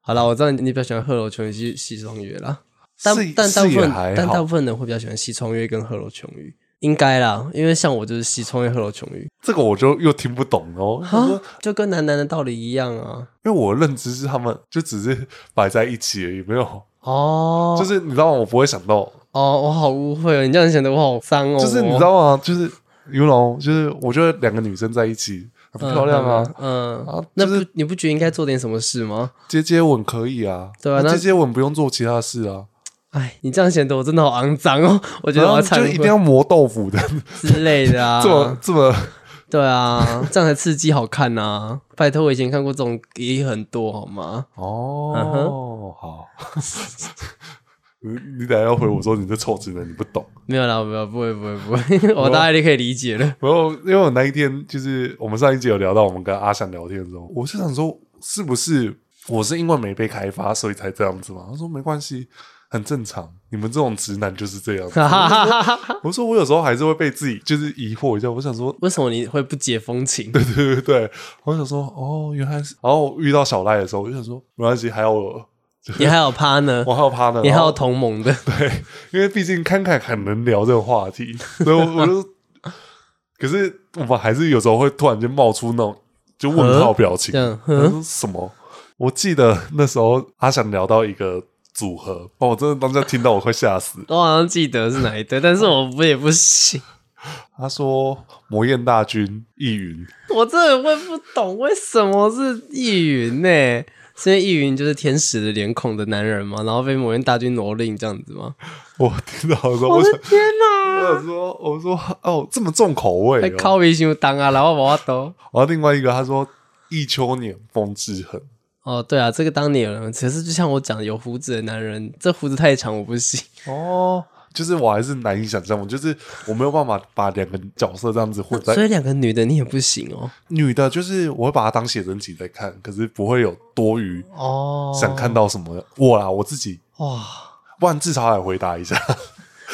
S2: 好啦，我知道你你比较喜欢贺楼琼与西西窗月啦，但
S1: 是
S2: 但大
S1: 是
S2: 部
S1: 也
S2: 分
S1: 还
S2: 但大
S1: 好
S2: 部，分人会比较喜欢西窗月跟贺楼琼玉，应该啦，因为像我就是西窗月、贺楼琼玉，
S1: 这个我就又听不懂哦。
S2: 啊
S1: 我说
S2: 就跟男男的道理一样啊。
S1: 因为我的认知是他们就只是摆在一起而已，没有，
S2: 哦，
S1: 就是你知道吗？我不会想到，
S2: 哦，我好误会哦，你这样显得我好脏哦。
S1: 就是你知道吗？就是 you know，就是我觉得两个女生在一起很
S2: 嗯，
S1: 漂亮啊，
S2: 嗯，嗯
S1: 啊
S2: 那
S1: 就是
S2: 不你不觉得应该做点什么事吗？
S1: 接接吻可以啊，
S2: 对啊
S1: 那
S2: 那
S1: 接接吻不用做其他事啊，
S2: 哎，你这样显得我真的好肮脏哦，我觉得
S1: 然后
S2: 我要
S1: 啊就
S2: 忏
S1: 一定
S2: 悔
S1: 要磨豆腐的，
S2: 之类
S1: (laughs)
S2: 的啊。
S1: 这么这么
S2: 对啊，这样才刺激好看呐、啊！拜托，我以前看过这种也很多好吗？嗯
S1: 哦，好， (laughs) 你你等下要回我说你这臭直男，你不懂。
S2: 没有啦，没有，不会，不会，不
S1: (laughs)
S2: 会，我大概就可以理解了。 (laughs)
S1: 然后，因为我那一天就是我们上一集有聊到，我们跟阿翔聊天的时候，我就想说，是不是我是因为没被开发，所以才这样子嘛？他说没关系，很正常，你们这种直男就是这样子。
S2: 哈哈哈哈哈！
S1: 我说我有时候还是会被自己就是疑惑一下，我想说， (laughs)
S2: 为什么你会不解风情？
S1: 对对对，我想说，哦，原来是。然后遇到小赖的时候，我就想说，没关系，还有我，
S2: 你还有趴呢
S1: 我，还有他呢，
S2: 你还
S1: 然后
S2: 有同盟的，
S1: 哦对，因为毕竟侃侃很能聊这个话题，所以我我就，
S2: (laughs)
S1: 可是我们还是有时候会突然间冒出那种就问号表情
S2: 这，样，
S1: 我
S2: 嗯，
S1: 说什么？我记得那时候阿翔聊到一个组合，哦，我真的当下听到我快吓死。
S2: 我好像记得是哪一对，但是我不也不
S1: (laughs)
S2: 行，
S1: 他说魔焰大军易云，
S2: 我真的会不懂为什么是易云呢、是因为易云就是天使的脸孔的男人嘛，然后被魔人大军蹂躏这样子吗？
S1: 我听到的时候，
S2: 我
S1: 我想
S2: 的天哪、
S1: 我想说，我说哦，这么重口味、
S2: 被
S1: 哦。
S2: 靠一修当啊，然后我都
S1: 然后另外一个他说忆秋年风之痕，
S2: 哦，对啊，这个当年有人，其实就像我讲，有胡子的男人，这胡子太长我不
S1: (laughs)
S2: 行。
S1: 哦，就是我还是难以想象，我就是我没有办法把两个角色这样子混在
S2: 所。以两个女的你也不行哦。
S1: 女的，就是我会把它当写真集在看，可是不会有多余
S2: 哦，
S1: 想看到什么。我啦，我自己，
S2: 哇！
S1: 不然至少来回答一下。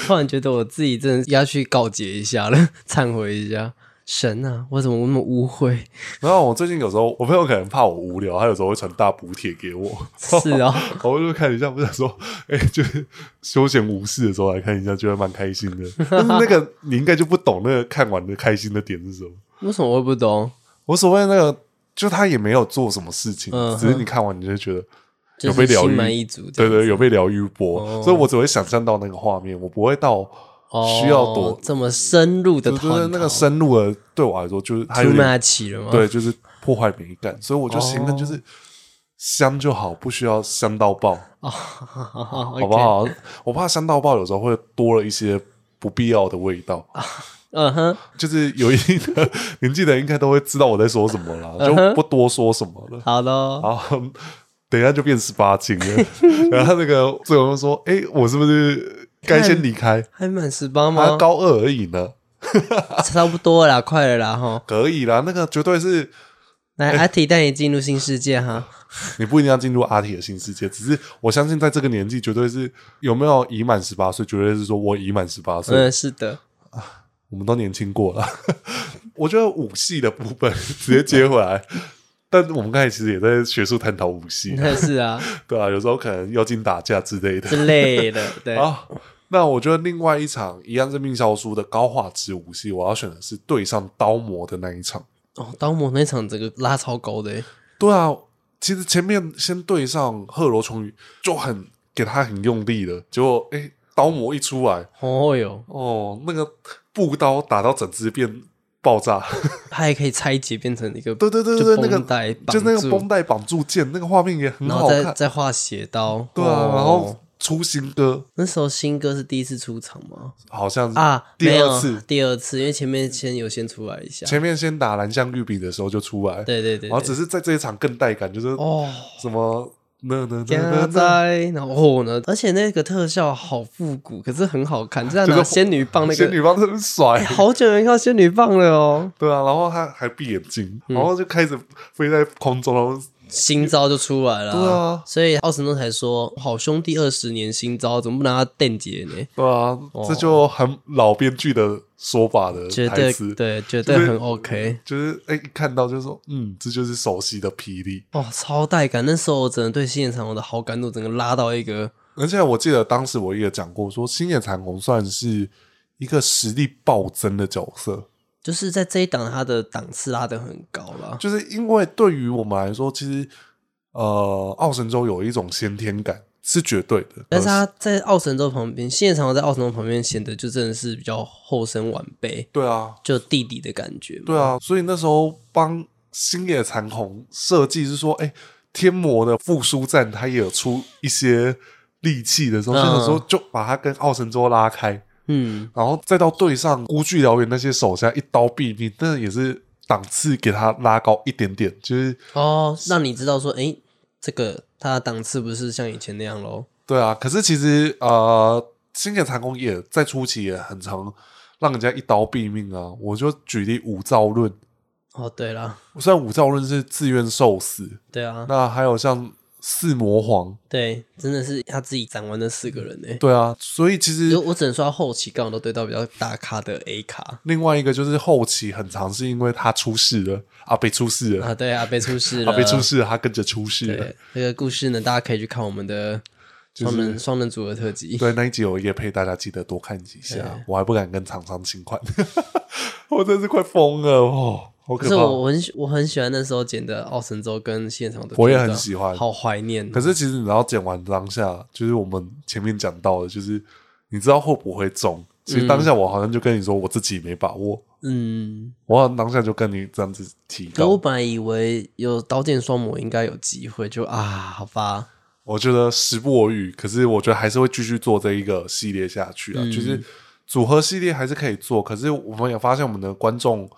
S2: 突然觉得我自己真的要去告解一下了， (laughs) 忏悔一下。神啊，我怎么那么污秽？
S1: 然后我最近有时候，我朋友可能怕我无聊，他有时候会传大补帖给我，
S2: 是哦，
S1: 然 (laughs) 后我就看一下，我想说，哎、就是休闲无事的时候来看一下，就会蛮开心的。但是那个你应该就不懂那个看完的开心的点是什么。
S2: 为什么我会不懂？
S1: 我所谓那个，就他也没有做什么事情，
S2: 嗯哼
S1: 只是你看完你就觉得
S2: 就
S1: 有被
S2: 是
S1: 疗
S2: 心
S1: 愈
S2: 满意足
S1: 对
S2: 这样子，
S1: 对有被疗愈波，
S2: 哦
S1: 所以我只会想象到那个画面，我不会到
S2: 哦
S1: 需要多，
S2: 这么深入的
S1: 就
S2: 探
S1: 是
S2: 讨，
S1: 那个深入的，对我来说就是它
S2: too
S1: 有点
S2: much 了吗？
S1: 对，就是破坏美感，所以我就形
S2: 哦
S1: 成就是香就好，不需要香到爆，
S2: 哦，好
S1: 好不？好？ (laughs) 我怕香到爆有时候会多了一些不必要的味道，
S2: 嗯哼，
S1: 就是有一定的年纪的人应该都会知道我在说什么啦，就不多说什么了。
S2: 好咯。
S1: 然后等一下就变十八禁了。然后那个最后就说：“哎、我是不是该先离开？
S2: 还满十八
S1: 他
S2: 吗？
S1: 高二而已呢，
S2: 差不多了啦，快了啦哈！
S1: 可以啦。那个绝对是
S2: 来，阿提带你进入新世界哈。
S1: 你不一定要进入阿铁的新世界，只是我相信在这个年纪，绝对是有没有已满十八岁，绝对 (laughs) 是说我已满十八岁，
S2: 嗯，是的，
S1: (laughs) 我们都年轻过了。 (laughs) 我觉得武戏的部分直接接回来。”但我们刚才其实也在学术探讨武戏啊，
S2: 那是啊
S1: 对啊，有时候可能妖精打架之类的，
S2: 之类的，
S1: (laughs)
S2: 对。
S1: 好，那我觉得另外一场一样是命萧书的高画质武戏，我要选的是对上刀魔的那一场。
S2: 哦，刀魔那场整个拉超高的欸，
S1: 对啊，其实前面先对上赫罗琼宇就很给他很用力了，结果哎、诶刀魔一出来，
S2: 哦哟，
S1: 哦，那个步刀打到整只变爆炸，
S2: 它还可以拆解变成一个，
S1: 对对对
S2: 就
S1: 对，那
S2: 绷
S1: 个
S2: 带绑
S1: 就那个
S2: 住
S1: 绷带绑住剑，那个画面也很
S2: 然
S1: 好
S2: 后再
S1: 看。
S2: 再画血刀，
S1: 对啊，
S2: 哦
S1: 然后出新歌
S2: 那时候新哥是第一次出场吗？
S1: 好像是
S2: 啊，
S1: 第
S2: 没
S1: 二
S2: 有
S1: 次，
S2: 第二次，因为前面先有先出来一下，
S1: 前面先打蓝翔玉比的时候就出来，
S2: 对对对
S1: 然后
S2: 对，
S1: 只是在这一场更带感，就是
S2: 哦。
S1: 什么呢呢呢呢
S2: 加
S1: 呢，
S2: 在，然后哦呢？而且那个特效好复古，可是很好看。就像
S1: 就是
S2: 拿仙女棒那
S1: 仙
S2: 个，
S1: 女棒真是甩，
S2: 好久没看到仙女棒了哦。嗯
S1: 对啊，然后他还闭眼睛，然后就开始飞在空中，然后
S2: 新招就出来了、
S1: 对啊
S2: 所以奥斯诺才说好兄弟二十年新招，怎么不拿他电解呢？
S1: 对啊，这就很老编剧的说法的
S2: 绝
S1: 台
S2: 哦对
S1: 词，
S2: 对，绝
S1: 就
S2: 对
S1: 是
S2: 很 OK。
S1: 就是哎、一看到就说，嗯，这就是熟悉的霹雳。
S2: 哦，超带感！那时候我真的对新演场我的好感度整个拉到一个，
S1: 而且我记得当时我也讲过，说星野彩虹算是一个实力暴增的角色，
S2: 就是在这一档他的档次拉得很高啦。
S1: 就是因为对于我们来说，其实呃，奥神州有一种先天感是绝对的，
S2: 但是
S1: 可
S2: 他在奥神州旁边，现场在奥神州旁边显得就真的是比较后生晚辈，
S1: 对啊，
S2: 就弟弟的感觉嘛。
S1: 对啊，所以那时候帮星野残红设计是说，哎、天魔的复苏战，他也有出一些利器的时候，
S2: 嗯
S1: 那个时候就把他跟奥神州拉开，
S2: 嗯，
S1: 然后再到对上孤巨燎原那些手下一刀毙命，那也是档次给他拉高一点点，就是
S2: 哦，让你知道说，诶，这个他的档次不是像以前那样喽。
S1: 对啊。可是其实呃，星野残红也在初期也很常让人家一刀毙命啊。我就举例五兆论，
S2: 哦，对啦，
S1: 虽然五兆论是自愿受死，
S2: 对啊，
S1: 那还有像四魔皇。
S2: 对，真的是他自己斩完那四个人呢、欸
S1: 对啊，所以其
S2: 就
S1: 实
S2: 我只能说他后期刚好都对到比较大咖的 A 卡
S1: 另外一个就是后期很长是因为他出事了，阿北出事了，
S2: 啊，对啊，被
S1: (laughs)
S2: 出事了，
S1: 阿北出事了，他跟着出事了
S2: 对。，这个故事呢，大家可以去看我们的
S1: 就是
S2: 双人双人组的特辑。
S1: 对，那一集有夜配，大家记得多看几下。我还不敢跟厂商请款， (laughs) 我真是快疯了哦，好
S2: 可
S1: 可
S2: 是
S1: 怕。
S2: 我很喜我很喜欢那时候剪的奥神州跟现场的片段，
S1: 我也很喜欢
S2: 好怀念。哦
S1: 可是其实你知道，剪完当下，就是我们前面讲到的，就是你知道会不会中。其实当下我好像就跟你说，我自己没把握，
S2: 嗯，
S1: 我好像当下就跟你这样子提
S2: 可我
S1: 到。
S2: 本来以为有刀剑双魔应该有机会，就啊，好吧，
S1: 我觉得时不我与，可是我觉得还是会继续做这一个系列下去
S2: 嗯
S1: 啊，就是组合系列还是可以做，可是我们也发现我们的观众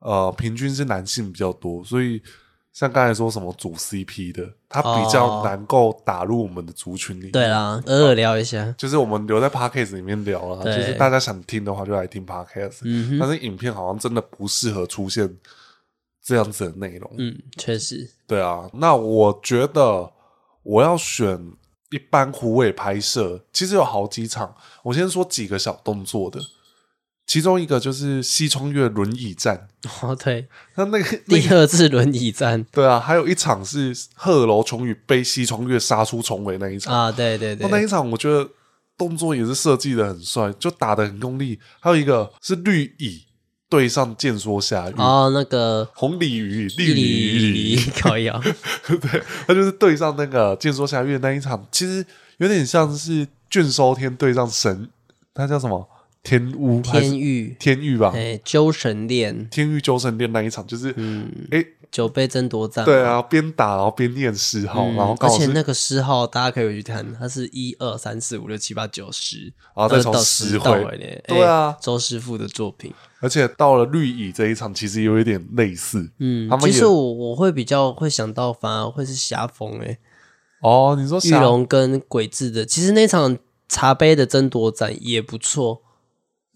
S1: 呃平均是男性比较多，所以像刚才说什么组 CP 的，他比较
S2: 哦
S1: 难够打入我们的族群里。
S2: 对，啦，偶尔聊一下，
S1: 就是我们留在 podcast 里面聊啦，就
S2: 对
S1: 是大家想听的话就来听 podcast，、
S2: 嗯哼
S1: 但是影片好像真的不适合出现这样子的内容。
S2: 嗯，确实，
S1: 对啊，那我觉得我要选一般虎尾拍摄，其实有好几场。我先说几个小动作的，其中一个就是西冲月轮椅战，
S2: 哦，对，
S1: 那那个那
S2: 第
S1: 个
S2: 二次轮椅战
S1: 对啊，还有一场是鹤楼重宇被西冲月杀出重围那一场，
S2: 啊，对对
S1: 哦那
S2: 对，
S1: 一场我觉得动作也是设计的很帅，就打的很用力。还有一个是绿蚁对上剑说下雨。
S2: 哦，那个
S1: 红鲤鱼，
S2: 一
S1: 啊绿鲤鱼，
S2: 里
S1: (laughs)
S2: 搞摇，
S1: 对，他就是对上那个剑说侠月那一场，其实有点像是卷收天对上神，他叫什么天巫还
S2: 天
S1: 是 (laughs)
S2: 域，
S1: 天域吧？
S2: 哎，纠神恋，
S1: 天域纠神殿那一场就是，
S2: 嗯，
S1: 哎、
S2: 九杯争夺战，
S1: 对，啊，边打然后边念诗号，
S2: 嗯
S1: 然后
S2: 而
S1: 刚好
S2: 且
S1: 是，
S2: 那个诗号大家可以回去看，它是一二三四五六七八九十，
S1: 然啊后再从
S2: 呃到
S1: 十
S2: 到
S1: 回
S2: 尾呢，
S1: 对啊
S2: 哎周师傅的作品，
S1: 而且到了绿蚁这一场，其实有一点类似，
S2: 嗯
S1: 他，们
S2: 其
S1: 也
S2: 实我我会比较会想到，反而会是侠风哎，
S1: 哦，你说
S2: 玉
S1: 侠
S2: 龙跟鬼子的，其实那场茶杯的争夺战也不错，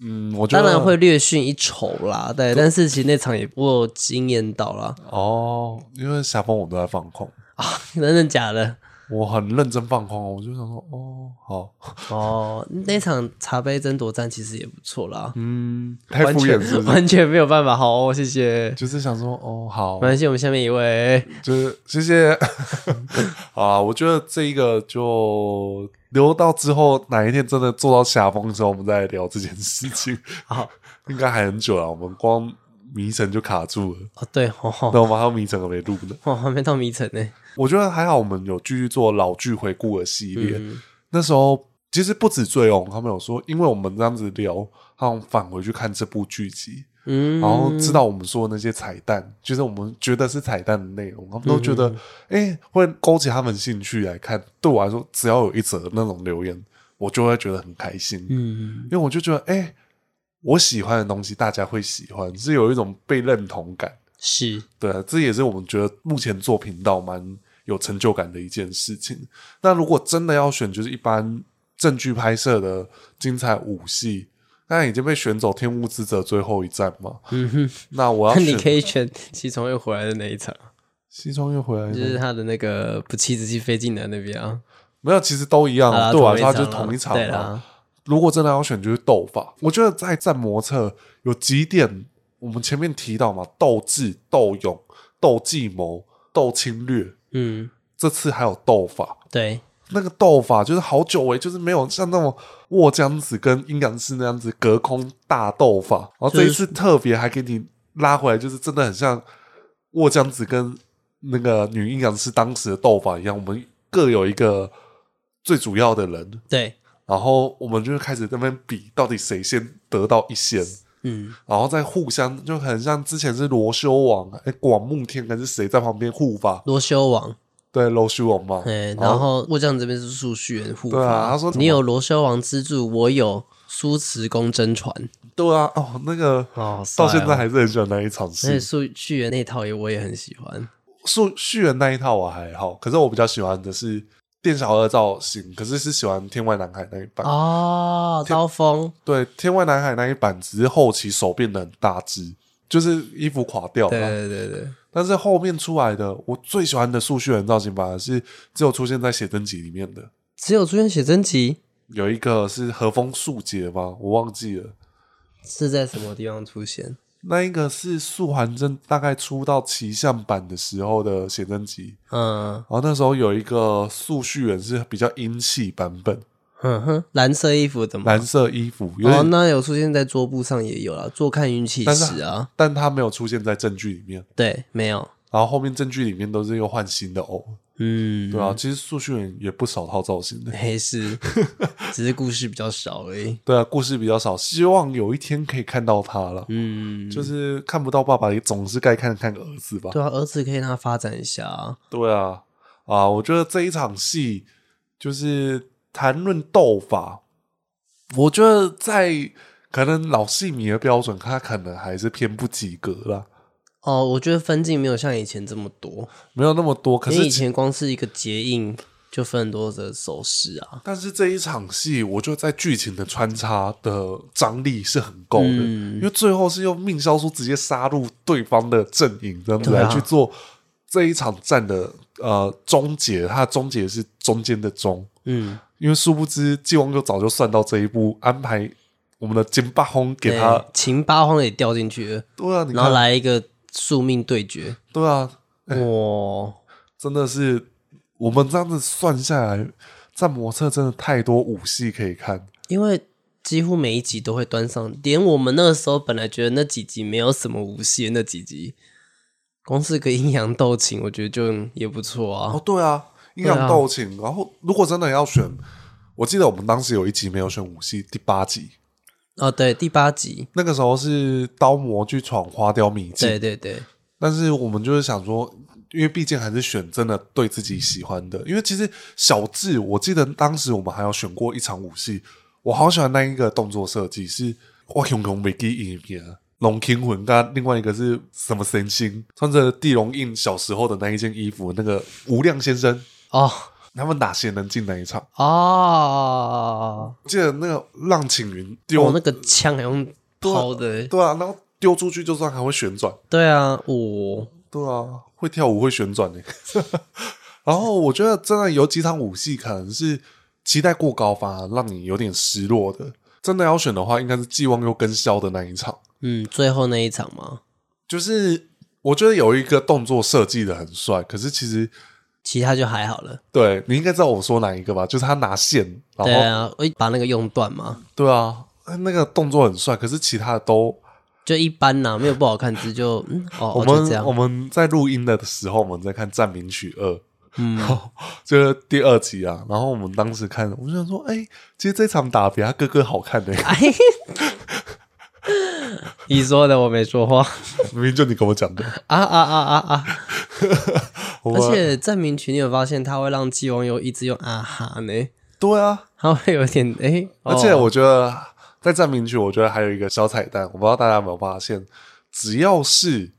S1: 嗯，我觉
S2: 当
S1: 得
S2: 然会略逊一筹啦，对，但是其实那场也我有惊艳到啦，
S1: 哦，因为侠风我都在放空，
S2: (laughs) 真的假的？
S1: 我很认真放空，我就想说，哦，好，
S2: 哦，那场茶杯争夺战其实也不错啦，
S1: 嗯，太
S2: 完
S1: 敷衍是
S2: 全
S1: 不是？
S2: 完全没有办法，好、哦，谢谢。
S1: 就是想说，哦，好
S2: 没，关系，我们下面一位
S1: 就是谢 (laughs) 谢啊！我觉得这一个就留到之后哪一天真的做到下风的时候，我们再来聊这件事 (laughs) 情。
S2: 好，
S1: 应该还很久啊，我们光迷城就卡住了，
S2: 哦，对哦，
S1: 那我们还有迷城还没录呢。
S2: 哦，还没到迷城呢。
S1: 我觉得还好，我们有继续做老剧回顾的系列。
S2: 嗯
S1: 那时候其实不止醉翁，他们有说，因为我们这样子聊，他们返回去看这部剧集，
S2: 嗯，
S1: 然后知道我们说的那些彩蛋，就是我们觉得是彩蛋的内容，他们都
S2: 嗯
S1: 觉得哎、诶会勾起他们兴趣来看。对我来说，只要有一则那种留言，我就会觉得很开心，
S2: 嗯，
S1: 因为我就觉得哎、诶我喜欢的东西大家会喜欢，是有一种被认同感。
S2: 是，
S1: 对啊，这也是我们觉得目前做频道蛮有成就感的一件事情。那如果真的要选，就是一般正剧拍摄的精彩武戏，那已经被选走《天物之者》最后一战嘛。
S2: 嗯哼，
S1: 那我要
S2: 那你
S1: 选
S2: 可以选其中又回来的那一场。
S1: 西装又回来了，
S2: 就是他的那个不气之气飞进来那边啊，
S1: 没有，其实都一
S2: 好
S1: 哦
S2: 啦
S1: 样，对我来说
S2: 啊同一
S1: 它就是
S2: 场啦
S1: 同一场
S2: 对
S1: 嘛。
S2: 啦，
S1: 如果真的要选，就是斗法。我觉得在战模测有几点，我们前面提到嘛，斗智、斗勇、斗计谋、斗侵略，
S2: 嗯，
S1: 这次还有斗法。
S2: 对，
S1: 那个斗法就是好久违，就是没有像那种握僵子跟阴阳师那样子隔空大斗法。然后这一次特别还给你拉回来，就是真的很像握僵子跟那个女阴阳师当时的斗法一样，我们各有一个最主要的人，
S2: 对，
S1: 然后我们就开始在那边比，到底谁先得到一仙，
S2: 嗯，
S1: 然后再互相就很像之前是罗修王、哎广目天还是谁在旁边护法，
S2: 罗修王，
S1: 对罗修王嘛，
S2: 哎，
S1: 然
S2: 然后卧将这边是数序员护
S1: 哦对啊
S2: 法，
S1: 他说什么
S2: 你有罗修王资助，我有苏慈公真传，
S1: 对啊，哦那个
S2: 哦，好帅
S1: 到
S2: 哦
S1: 现在还是很喜欢那一场
S2: 而
S1: 戏。
S2: 且数序员那套也我也很喜欢，
S1: 续续人那一套我还好，可是我比较喜欢的是店小二造型，可是是喜欢天外男孩那一版。
S2: 哦，刀锋，
S1: 对，天外男孩那一版只是后期手变得很大只，就是衣服垮掉
S2: 对
S1: 了。
S2: 对对对，
S1: 但是后面出来的，我最喜欢的速序人造型反而是只有出现在写真集里面的。
S2: 只有出现写真集
S1: 有一个是和风素节吗？我忘记了。
S2: 是在什么地方出现？
S1: 那一个是素还真大概出到奇象版的时候的写真集，
S2: 嗯
S1: 然后那时候有一个速序人是比较英气版本，
S2: 哼哼，蓝色衣服的吗？
S1: 蓝色衣服，有点，
S2: 哦，那有出现在桌布上也有啦，坐看运气
S1: 但是
S2: 时
S1: (laughs)
S2: 啊，
S1: 但他没有出现在正剧里面。
S2: 对，没有，
S1: 然后后面正剧里面都是又换新的偶，
S2: 嗯，
S1: 对啊，其实速序人也不少套造型的，
S2: 黑是，只是故事比较少而已，
S1: 对啊，故事比较少，希望有一天可以看到他了。
S2: 嗯，
S1: 就是看不到爸爸，也总是该看看儿子吧。
S2: 对啊，儿子可以让他发展一下啊，
S1: 对啊，啊，我觉得这一场戏就是谈论斗法，我觉得在可能老戏迷的标准，他可能还是偏不及格啦，
S2: 哦，我觉得分镜没有像以前这么多，
S1: 没有那么多。可
S2: 因为以
S1: 是，
S2: 前光是一个结印就分很多的手势啊，
S1: 但是这一场戏，我觉得在剧情的穿插的张力是很够的，
S2: 嗯
S1: 因为最后是用命萧书直接杀入对方的阵营，这样子
S2: 对啊
S1: 来去做这一场战的呃终结。它的终结是中间的中。
S2: 嗯，
S1: 因为殊不知纪王就早就算到这一步，安排我们的金八轰给他
S2: 对。秦八荒也掉进去了，
S1: 对啊，你
S2: 然后
S1: 看，
S2: 来一个宿命对决，
S1: 对啊，
S2: 哇、
S1: 真的是我们这样子算下来，战魔册真的太多武戏可以看。
S2: 因为几乎每一集都会端上，连我们那个时候本来觉得那几集没有什么无戏，那几集光是个阴阳斗情，我觉得就也不错啊。
S1: 哦，对啊，阴
S2: 对
S1: 阳
S2: 啊
S1: 斗情。然后如果真的要选，我记得我们当时有一集没有选武戏，第八集
S2: 哦，对，第八集，
S1: 那个时候是刀魔去闯花雕秘境
S2: 对，对对，
S1: 但是我们就是想说，因为毕竟还是选真的对自己喜欢的。因为其实小智，我记得当时我们还有选过一场舞戏，我好喜欢那一个动作设计，是哇熊熊美基影片。龙庭魂，跟另外一个是什么神星？穿着地龙印小时候的那一件衣服，那个无量先生，
S2: 哦
S1: 他们哪些能进那一场？
S2: 哦，
S1: 我记得那个浪请云丢、
S2: 我哦那个枪还用抛的，
S1: 对啊，然后丢出去就算还会旋转，
S2: 对啊，我、
S1: 对啊，会跳舞会旋转呢。欸 (laughs) 然后我觉得真的有几场舞戏可能是期待过高，反而让你有点失落的。真的要选的话，应该是寄望又跟肖的那一场，
S2: 嗯，最后那一场嘛，
S1: 就是我觉得有一个动作设计的很帅，可是其实
S2: 其他就还好了。
S1: 对你应该知道我说哪一个吧？就是他拿线，然后
S2: 对啊，我把那个用断嘛，
S1: 对啊，那个动作很帅，可是其他的都
S2: 就一般啦，没有不好看，只是就嗯哦，
S1: 我
S2: 哦就这
S1: 们我
S2: 样，
S1: 们在录音的时候，我们在看《战名曲二》， (laughs) 嗯，就是第二集啊。然后我们当时看，我就想说，哎、其实这场打比他哥哥好看欸
S2: (laughs)
S1: 呢、
S2: 哎，你说的我没说话 (laughs)
S1: 明明就你跟我讲的。
S2: 啊啊啊啊啊！
S1: 我
S2: 而且证明群你有发现，他会让鸡网友一直用啊哈呢，
S1: 对啊，
S2: 他会有点哎、
S1: 而且
S2: 哦
S1: 我觉得在《战名曲》，我觉得还有一个小彩蛋，我不知道大家有没有发现，只要是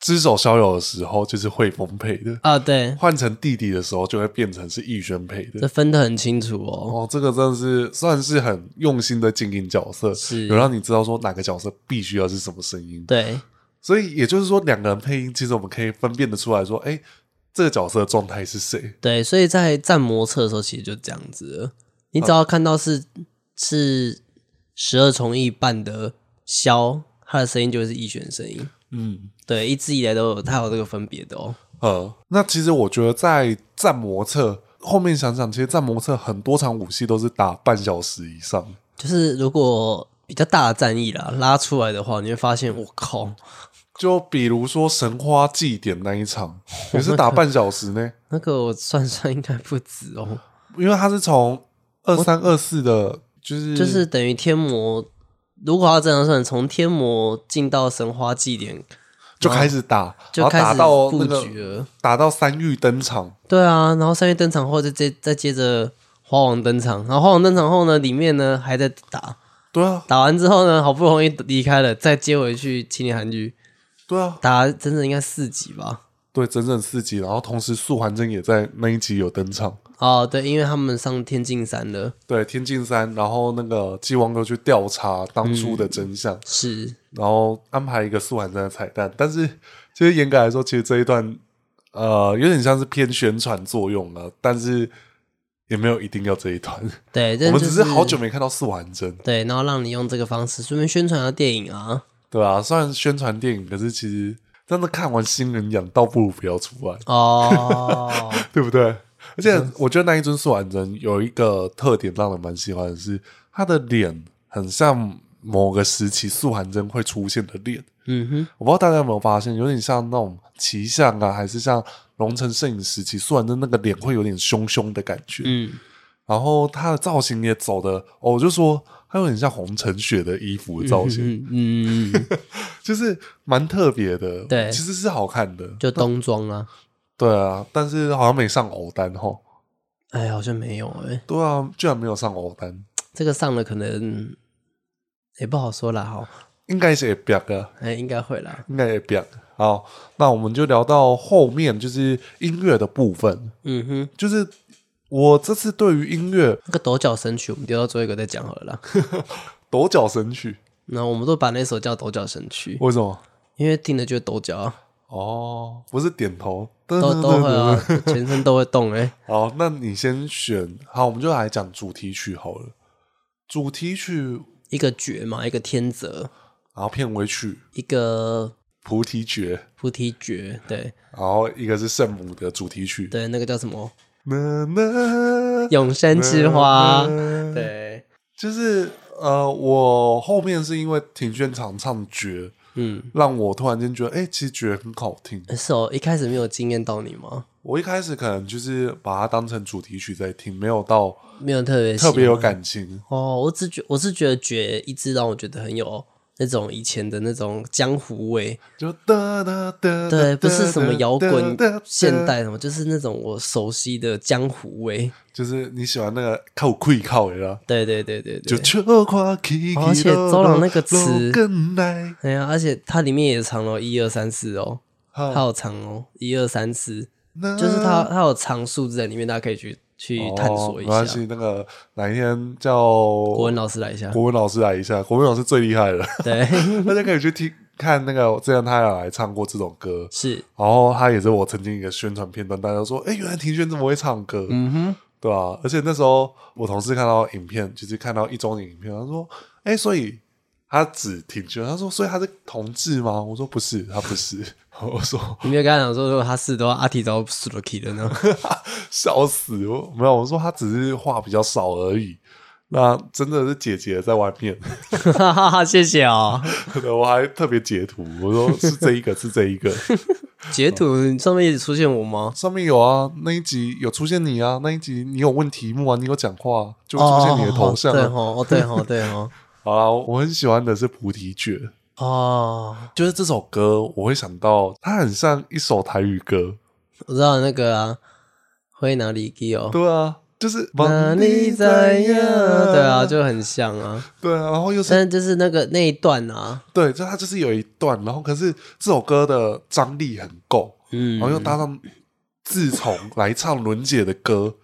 S1: 只手逍遥的时候，就是惠丰配的；
S2: 啊对，
S1: 换成弟弟的时候，就会变成是逸轩配的
S2: 这。分得很清楚哦。
S1: 哦，这个真的是算是很用心的经营角色，
S2: 是
S1: 有让你知道说哪个角色必须要是什么声音。
S2: 对，
S1: 所以也就是说，两个人配音，其实我们可以分辨得出来说，哎、这个角色的状态是谁。
S2: 对，所以在站模测的时候，其实就这样子了。你只要看到是、是十二重一半的箫，它的声音就会是一弦声音。
S1: 嗯，
S2: 对，一直以来都有它有这个分别的哦。
S1: 呃，那其实我觉得在战魔测后面想想，其实战魔测很多场武戏都是打半小时以上。
S2: 就是如果比较大的战役啦拉出来的话，你会发现，我靠，
S1: 就比如说神花祭典那一
S2: (laughs)
S1: 场，也是打半小时呢，
S2: 那个我算算应该不止哦，
S1: 因为他是从二三二四的，就是
S2: 就是等于天魔。如果要这样算，从天魔进到神花祭典
S1: 就开始打，
S2: 就
S1: 然后
S2: 开
S1: 打
S2: 始
S1: 到
S2: 布
S1: 那个
S2: 局了。
S1: 打到三玉登场，
S2: 对啊，然后三月登场后，再接再接着花王登场，然后花王登场后呢，里面呢还在打，
S1: 对啊，
S2: 打完之后呢，好不容易离开了，再接回去青年韩剧，
S1: 对啊，
S2: 打整整应该四集吧。
S1: 对，整整四集，然后同时素还真也在那一集有登场，
S2: 哦，对，因为他们上天境山了，
S1: 对，天境山，然后那个纪王哥去调查当初的真相，
S2: 是
S1: 然后安排一个素还真的彩蛋，但是其实严格来说，其实这一段呃有点像是偏宣传作用了，但是也没有一定要这一段，
S2: 对，这
S1: 我们
S2: 就
S1: 只是好久没看到素还真，
S2: 对，然后让你用这个方式顺便宣传下电影啊。
S1: 对啊，虽然宣传电影，可是其实真的看完心人痒，倒不如不要出来。
S2: 哦，
S1: 对不对？而
S2: 嗯
S1: 且我觉得那一尊素还真有一个特点让人蛮喜欢的是，他的脸很像某个时期素还真会出现的脸。
S2: 嗯
S1: 我不知道大家有没有发现，有点像那种骑象啊，还是像龙城摄影时期素还真那个脸会有点凶凶的感觉。
S2: 哼，嗯，
S1: 然后他的造型也走的，哦、我就说他有点像红橙雪的衣服的造型，
S2: 嗯嗯，嗯
S1: 就是蛮特别的。
S2: 对
S1: 其实是好看的。
S2: 就冬装啊。
S1: 对啊，但是好像没上偶单吼。
S2: 哎，好像没有哎、
S1: 对啊，居然没有上偶单。
S2: 这个上了可能也不好说啦，哈。
S1: 应该是也表的，
S2: 哎，应该会啦。
S1: 应该也表。好，那我们就聊到后面，就是音乐的部分。
S2: 嗯哼，
S1: 就是我这次对于音乐
S2: 那个抖脚神曲，我们丢到最后一个再讲好了啦。 (laughs)
S1: 抖脚神曲，
S2: 那我们都把那首叫抖脚神曲，
S1: 为什么？
S2: 因为听了就会抖脚
S1: (laughs)
S2: 啊，
S1: 哦，不是点头，
S2: 都都会啊，全身都会动哎、
S1: 好，那你先选。好，我们就来讲主题曲好了。主题曲，
S2: 一个觉嘛，一个天泽，
S1: 然后片尾曲《
S2: 一个
S1: 菩提觉
S2: 菩提觉，对》，
S1: 然后一个是圣母的主题曲。
S2: 对，那个叫什么
S1: 呐呐
S2: 永生之花，
S1: 嗯
S2: 对，
S1: 就是呃，我后面是因为庭轩常唱绝，
S2: 嗯，
S1: 让我突然间觉得，哎、其实觉得很好听。
S2: 是哦，一开始没有惊艳到你吗？
S1: 我一开始可能就是把它当成主题曲在听，没有到
S2: 没有特别喜
S1: 特
S2: 欢
S1: 别有感情。
S2: 哦，我只觉我是觉得觉一直让我觉得很有那种以前的那种江湖味，
S1: 就哒哒哒，
S2: 对，不是什么摇滚
S1: 哒哒哒、
S2: 现，代什么，就是那种我熟悉的江湖味。
S1: 就是你喜欢那个靠跪靠的啦。
S2: 对对对对
S1: 就。
S2: 对
S1: 秋花 K，
S2: 而且周郎那个词
S1: 更来，
S2: 哎呀，而且它里面也藏了一二三四哦，
S1: 好
S2: 它有藏哦，一二三四，
S1: 那
S2: 就是它它有藏数字在里面，大家可以去去探索
S1: 嗯哦没
S2: 一
S1: 关
S2: 下。
S1: 系，那个哪一天叫
S2: 国
S1: 国
S2: 文老师来一下，
S1: 文老师来一下，国文老师最厉害了， (laughs)
S2: 对，
S1: 大家可以去听看那个，之前他有来唱过这首歌，
S2: 是，
S1: 然后他也是我曾经一个宣传片段，大家说，哎、原来庭轩这么会唱歌，
S2: 嗯哼，
S1: 对啊，而且那时候我同事看到影片，就是看到一中的影片，他说，哎、所以他只庭轩，他说，所以他是同志吗？我说不是，他不是， (laughs) 我说
S2: 你没有跟他讲说，如果他是的话，阿提早死了 key 了呢。 (laughs)
S1: 笑死，我没有，我说他只是话比较少而已。那真的是姐姐在外面， (laughs)
S2: 哈哈哈，谢谢哦。
S1: 对我还特别截图，我说是这一个，是这一个，
S2: 截图上面一直出现我吗？
S1: 上面有啊，那一集有出现你啊，那一集你有问题目啊，你有讲话、啊，就会出现你的头像、
S2: 哦对
S1: 啊。
S2: 哦，对哦，对
S1: (laughs)
S2: 哦，
S1: 好啦，我很喜欢的是《菩提觉》，
S2: 哦。
S1: 就是这首歌，我会想到它很像一首台语歌。
S2: 我知道那个啊，会哪里 g 哦？
S1: 对啊，就是
S2: 哪里在呀？对啊，就很像啊。
S1: 对啊，然后又是
S2: 但就是那个那一段啊，
S1: 对，就它就是有一段，然后可是这首歌的张力很够，然后哦
S2: 嗯，
S1: 又搭上自从来唱伦姐的歌，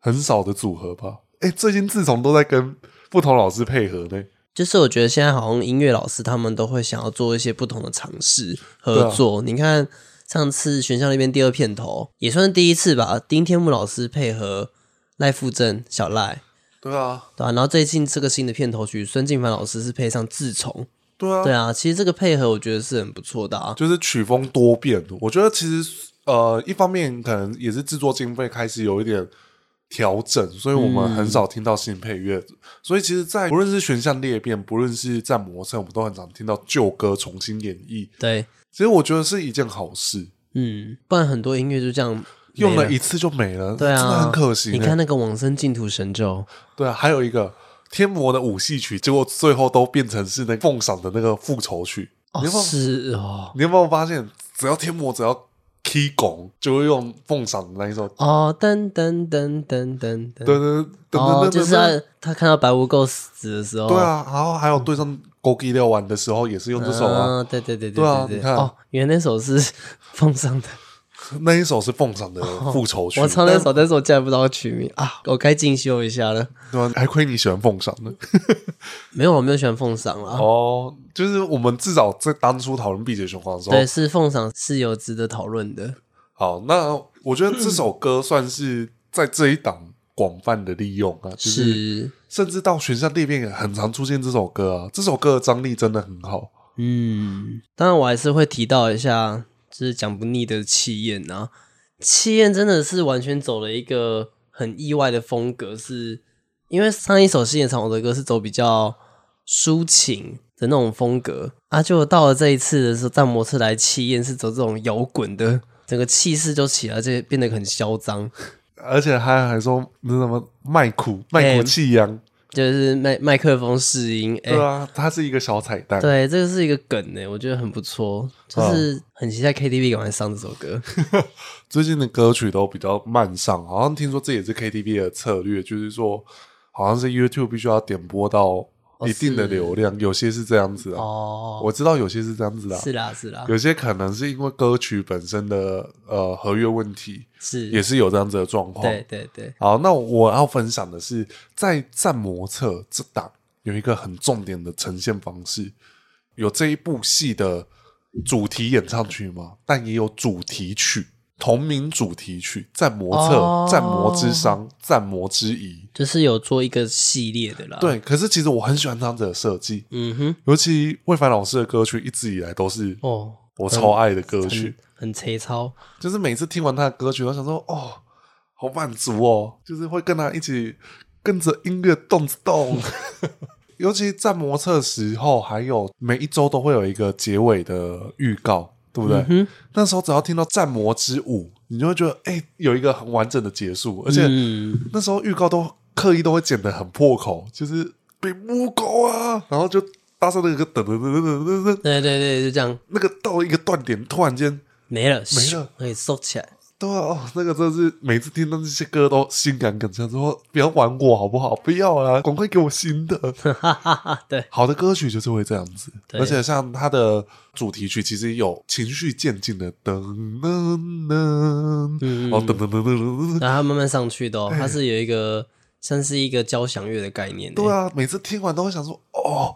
S1: 很少的组合吧。哎，最近自从都在跟不同老师配合呢。
S2: 就是我觉得现在好像音乐老师他们都会想要做一些不同的尝试合作。你看上次学校那边第二片头也算是第一次吧，丁天木老师配合赖富正、小赖，
S1: 对啊，
S2: 对吧、然后最近这个新的片头曲，孙静凡老师是配上自从，
S1: 对啊，
S2: 对啊，其实这个配合我觉得是很不错的啊。
S1: 就是曲风多变。我觉得其实呃，一方面可能也是制作经费开始有一点调整，所以我们很少听到新配乐。所以其实，在不论是选项裂变，不论是在磨蹭，我们都很常听到旧歌重新演绎。
S2: 对，
S1: 其实我觉得是一件好事，
S2: 嗯，不然很多音乐就这样
S1: 用
S2: 没
S1: 了一次就没了，
S2: 对啊，
S1: 真的很可惜。
S2: 你看，那个往生净土神咒，
S1: 对啊，还有一个。天魔的舞戏曲，结果最后都变成是那个奉赏的那个复仇曲。
S2: 哦
S1: 你有没有
S2: 是哦，
S1: 你有没有发现，只要天魔只要 key 拱，就会用奉赏的那一首
S2: 哦噔噔噔噔噔噔，
S1: 对对对
S2: 哦
S1: 对
S2: 就
S1: 对
S2: 是
S1: 对，
S2: 他他看到白无垢死的时候，
S1: 对啊，然后还有对上勾稽六丸的时候，也是用这首啊，
S2: 嗯，对对对
S1: 对啊
S2: 对
S1: 你
S2: 对，
S1: 看
S2: 哦，原来那首是奉上的，
S1: 那一首是奉上的复仇曲，
S2: 嗯哦我唱那首，但是我竟然不知道曲名啊，我该进修一下了。
S1: 但对啊，还亏你喜欢奉上的
S2: 没有，我没有喜欢奉上啦。
S1: 哦，就是我们至少在当初讨论《碧血雄黄》的时
S2: 对，
S1: 候，
S2: 是奉上是有值得讨论的。
S1: 好，那我觉得这首歌算是在这一档广泛的利用啊，就是
S2: 是，
S1: 甚至到学校裂变也很常出现这首歌啊，这首歌的张力真的很好。
S2: 嗯，当然我还是会提到一下，就是讲不腻的气焰啊。气焰真的是完全走了一个很意外的风格，是因为上一首新演唱我的歌是走比较抒情的那种风格啊，就到了这一次的时候，战模车来气焰是走这种摇滚的，整个气势就起来，而且变得很嚣张， (laughs)
S1: 而且他还说那什么卖苦卖
S2: 哎
S1: 苦气扬，
S2: 就是麦麦克风试音，哎、
S1: 对啊，它是一个小彩蛋。
S2: 对，这个是一个梗欸呢，我觉得很不错，就是很期待 KTV 赶快上这首歌。 (laughs)
S1: 最近的歌曲都比较慢上，好像听说这也是 KTV 的策略，就是说好像是 YouTube 必须要点播到一定的
S2: 哦是
S1: 流量，有些是这样子啊，
S2: 哦，
S1: 我知道有些是这样子的啊、
S2: 是啦是啦，
S1: 有些可能是因为歌曲本身的呃合约问题，
S2: 是
S1: 也是有这样子的状况。
S2: 对对对，
S1: 好，那我要分享的是，在战魔策这档有一个很重点的呈现方式，有这一部戏的主题演唱曲嘛，但也有主题曲，同名主题曲《战魔策》
S2: 哦
S1: 战魔之殇》《战魔之遗》。
S2: 就是有做一个系列的啦。，
S1: 对，可是其实我很喜欢这样子的设计，
S2: 嗯哼，
S1: 尤其魏凡老师的歌曲一直以来都是
S2: 哦，
S1: 我超爱的歌曲
S2: 很，很贼操，
S1: 就是每次听完他的歌曲，我想说哦，好满足哦，就是会跟他一起跟着音乐动着动。尤其在模测时候，还有每一周都会有一个结尾的预告，对不对？
S2: 嗯
S1: 那时候只要听到《战魔之舞》，你就会觉得哎、有一个很完整的结束，而且
S2: 嗯，
S1: 那时候预告都刻意都会剪得很破口，就是比木狗啊，然后就搭上那个噔噔噔噔噔噔噔，
S2: 对对对，就这样
S1: 那个到了一个断点，突然间
S2: 没了，
S1: 没了，
S2: 可以收起来。
S1: 对啊，哦，那个真是每次听到这些歌都心感梗，想说不要玩我好不好？不要啦，
S2: (laughs)
S1: 赶快给我新的。
S2: 哈哈哈哈，对，
S1: 好的歌曲就是会这样子，
S2: 对
S1: 而且像它的主题曲其实有情绪渐进的噔噔噔，
S2: 嗯
S1: 哦噔噔噔噔噔噔，
S2: 然后它慢慢上去的哦，
S1: 哎
S2: 它是有一个像是一个交响乐的概念。欸
S1: 对，啊，每次听完都会想说哦，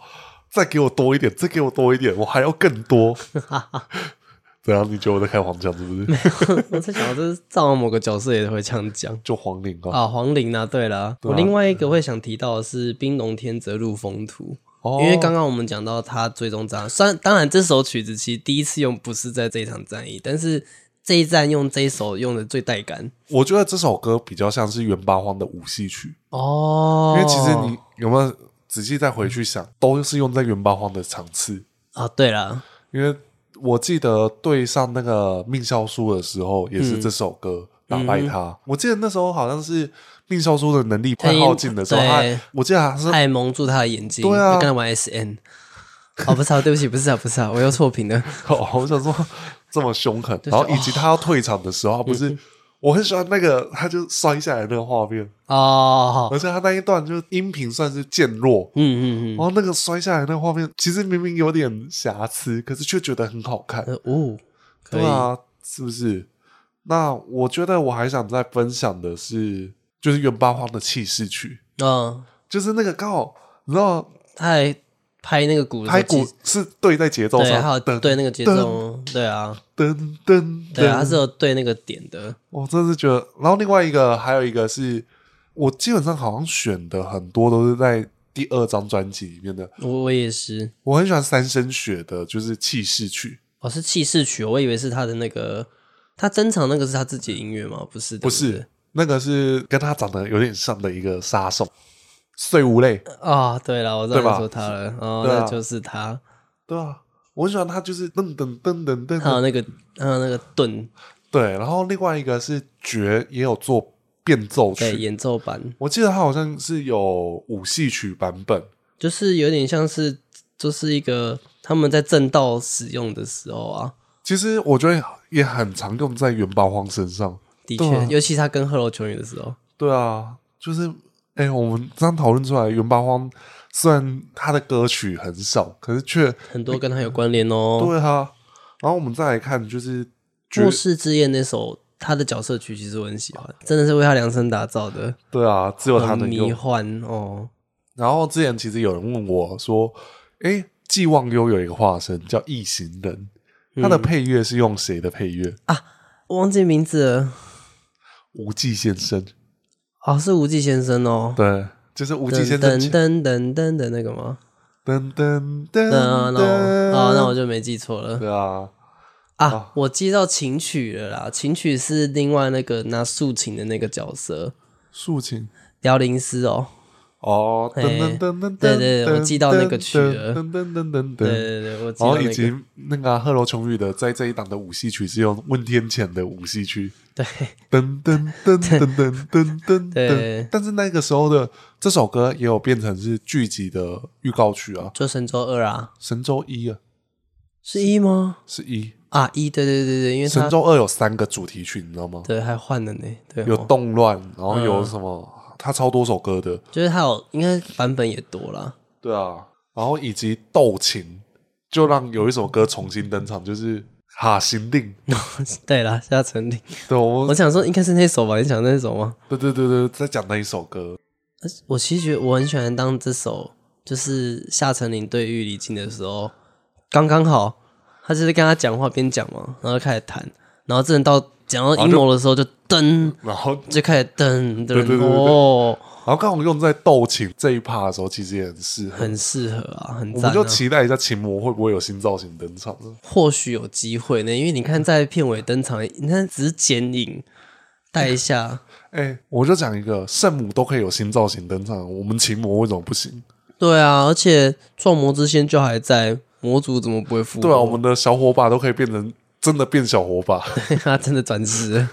S1: 再给我多一点，再给我多一点，我还要更
S2: (laughs)
S1: 多。怎样？你觉得我在开黄腔是不是？
S2: (laughs) 我在想，这是藏王某个角色也会这样讲。
S1: 就黄龄啊，
S2: 啊，黄龄啊，对了，
S1: 啊
S2: 我另外一个会想提到的是《冰龙天泽入风图》
S1: 哦
S2: 因为刚刚我们讲到他最终战，虽然当然这首曲子其实第一次用不是在这一场战役，但是这一战用这一首用的最带感
S1: 我觉得这首歌比较像是袁八荒的舞戏曲。
S2: 哦
S1: 因为其实你有没有仔细再回去想，都是用在原八荒的场次。
S2: 啊，对了，
S1: 因为我记得对上那个命孝书的时候，也是这首
S2: 嗯
S1: 歌打败他。我记得那时候好像是命孝书的能力快耗尽的时候，
S2: 嗯对
S1: 他我记得他是
S2: 爱蒙住他的眼睛，
S1: 对啊
S2: 要跟他玩 S N。哦，不是啊，对 (laughs) 不起，不是啊，不是啊，我又错评了。
S1: 哦， (laughs) 我想说这么凶狠，然后以及他要退场的时候，他不
S2: 嗯
S1: 是。我很喜欢那个，他就摔下来那个画面，
S2: 哦，
S1: 而且他那一段就是音频算是渐弱，
S2: 嗯嗯嗯
S1: 然后那个摔下来那个画面，其实明明有点瑕疵，可是却觉得很好看。
S2: 呃，哦，可以
S1: 对，啊，是不是？那我觉得我还想再分享的是，就是原八荒的气势曲，
S2: 嗯，
S1: 就是那个刚好，你知道，
S2: 他还拍那个鼓的时候，
S1: 拍鼓
S2: 其实
S1: 是对在节奏
S2: 对，还
S1: 上
S2: 有，
S1: 噔
S2: 对那个节奏，对啊，
S1: 噔噔
S2: 对啊，它
S1: 噔
S2: 是，有对那个点的，
S1: 我真的是觉得。然后另外一个还有一个是我基本上好像选的很多都是在第二张专辑里面的，
S2: 我我也是，
S1: 我很喜欢三生雪的，就是气势曲，
S2: 哦，是气势曲，我以为是他的那个，他珍藏那个是他自己的音乐吗？不是，对
S1: 不
S2: 不
S1: 是那个是跟他长得有点像的一个杀手，碎无泪，
S2: 啊、对了，我知道
S1: 对吧
S2: 你说他了，哦，
S1: 对啊
S2: 那就是他，
S1: 对啊，我很喜欢他，就是噔噔噔噔噔
S2: 还有
S1: 噔，
S2: 那个，还有那个盾，
S1: 对。然后另外一个是爵也有做变奏
S2: 对，
S1: 曲，
S2: 演奏版，
S1: 我记得他好像是有舞戏曲版本，
S2: 就是有点像是，就是一个他们在正道使用的时候啊，
S1: 其实我觉得也很常用在元宝荒身上。
S2: 的
S1: 对
S2: 确，
S1: 啊
S2: 尤其他跟赫罗球员的时候，
S1: 对啊，就是哎、我们这样讨论出来，元宝荒虽然他的歌曲很少，可是却
S2: 很多跟他有关联哦。
S1: 对啊。然后我们再来看，就是爵
S2: 末世之夜那首，他的角色曲其实我很喜欢，真的是为他量身打造的，
S1: 对啊，只有他
S2: 很
S1: 能
S2: 迷
S1: 用。
S2: 幻哦。
S1: 然后之前其实有人问我说：“诶，寄望优有一个化身叫异形人，他
S2: 嗯
S1: 的配乐是用谁的配乐？
S2: 我忘记名字了，
S1: 无忌先生，
S2: 哦，是无忌先生哦。
S1: 对，就是无
S2: 无
S1: 忌先生
S2: 噔。噔噔噔的那个吗？
S1: 噔噔噔
S2: 嗯，那
S1: 噔，
S2: 我哦，那我就没记错了
S1: 对啊，
S2: 啊！我记到琴曲了啦，琴曲是另外那个拿竖琴的那个角色，
S1: 竖琴
S2: 辽宁师哦。
S1: 哦，
S2: 哎
S1: 噔噔噔噔噔，
S2: 对对
S1: 噔
S2: 我记到那个曲了
S1: 噔噔噔噔
S2: 对
S1: 噔。
S2: 对对，我记
S1: 然
S2: 到
S1: 后哦以
S2: 那
S1: 及
S2: 个。
S1: 那个啊贺楼琼宇的在这一档的舞戏曲是用问天谴的舞戏曲，
S2: 对
S1: 噔噔噔噔噔噔噔噔
S2: (laughs) 对。
S1: 但是那个时候的这首歌也有变成是剧集的预告曲啊，
S2: 就神舟二啊，
S1: 神舟一啊
S2: 是一吗？
S1: 是一，
S2: 啊，一，对对对对，因为
S1: 神
S2: 他
S1: 舟二有三个主题曲，你知道吗？
S2: 对还换了呢，对嗯哦，
S1: 有动乱，然后有什么，它超多首歌的，
S2: 就是他有应该版本也多啦。
S1: 对啊，然后以及斗琴，就让有一首歌重新登场，就是《哈行令》。
S2: 对啦，夏承令，
S1: 对，我
S2: 我想说应该是那首吧，你想那首吗？
S1: 对对对对，在讲那一首歌，
S2: 而且我其实觉得我很喜欢当这首，就是夏承林对玉离镜的时候，刚刚好，他就是跟他讲话边讲嘛，然后开始弹，然后真的到讲到阴谋的时候就噔，
S1: 然后
S2: 就开始噔
S1: 对对
S2: 噔
S1: 对
S2: 哦，
S1: 然后刚好用在斗琴这一趴的时候，其实也很适合。
S2: 很适合啊，很
S1: 我们
S2: 赞、啊。
S1: 就期待一下琴魔会不会有新造型登场。
S2: 或许有机会呢，因为你看在片尾登场，你看只是剪影带一下，
S1: 哎、我就讲一个，圣母都可以有新造型登场，我们琴魔为什么不行？
S2: 对啊，而且创魔之仙就还在，魔族怎么不会复活？
S1: 对啊，我们的小火把都可以变成真的变小火
S2: (laughs)
S1: 把，
S2: 他真的转世了，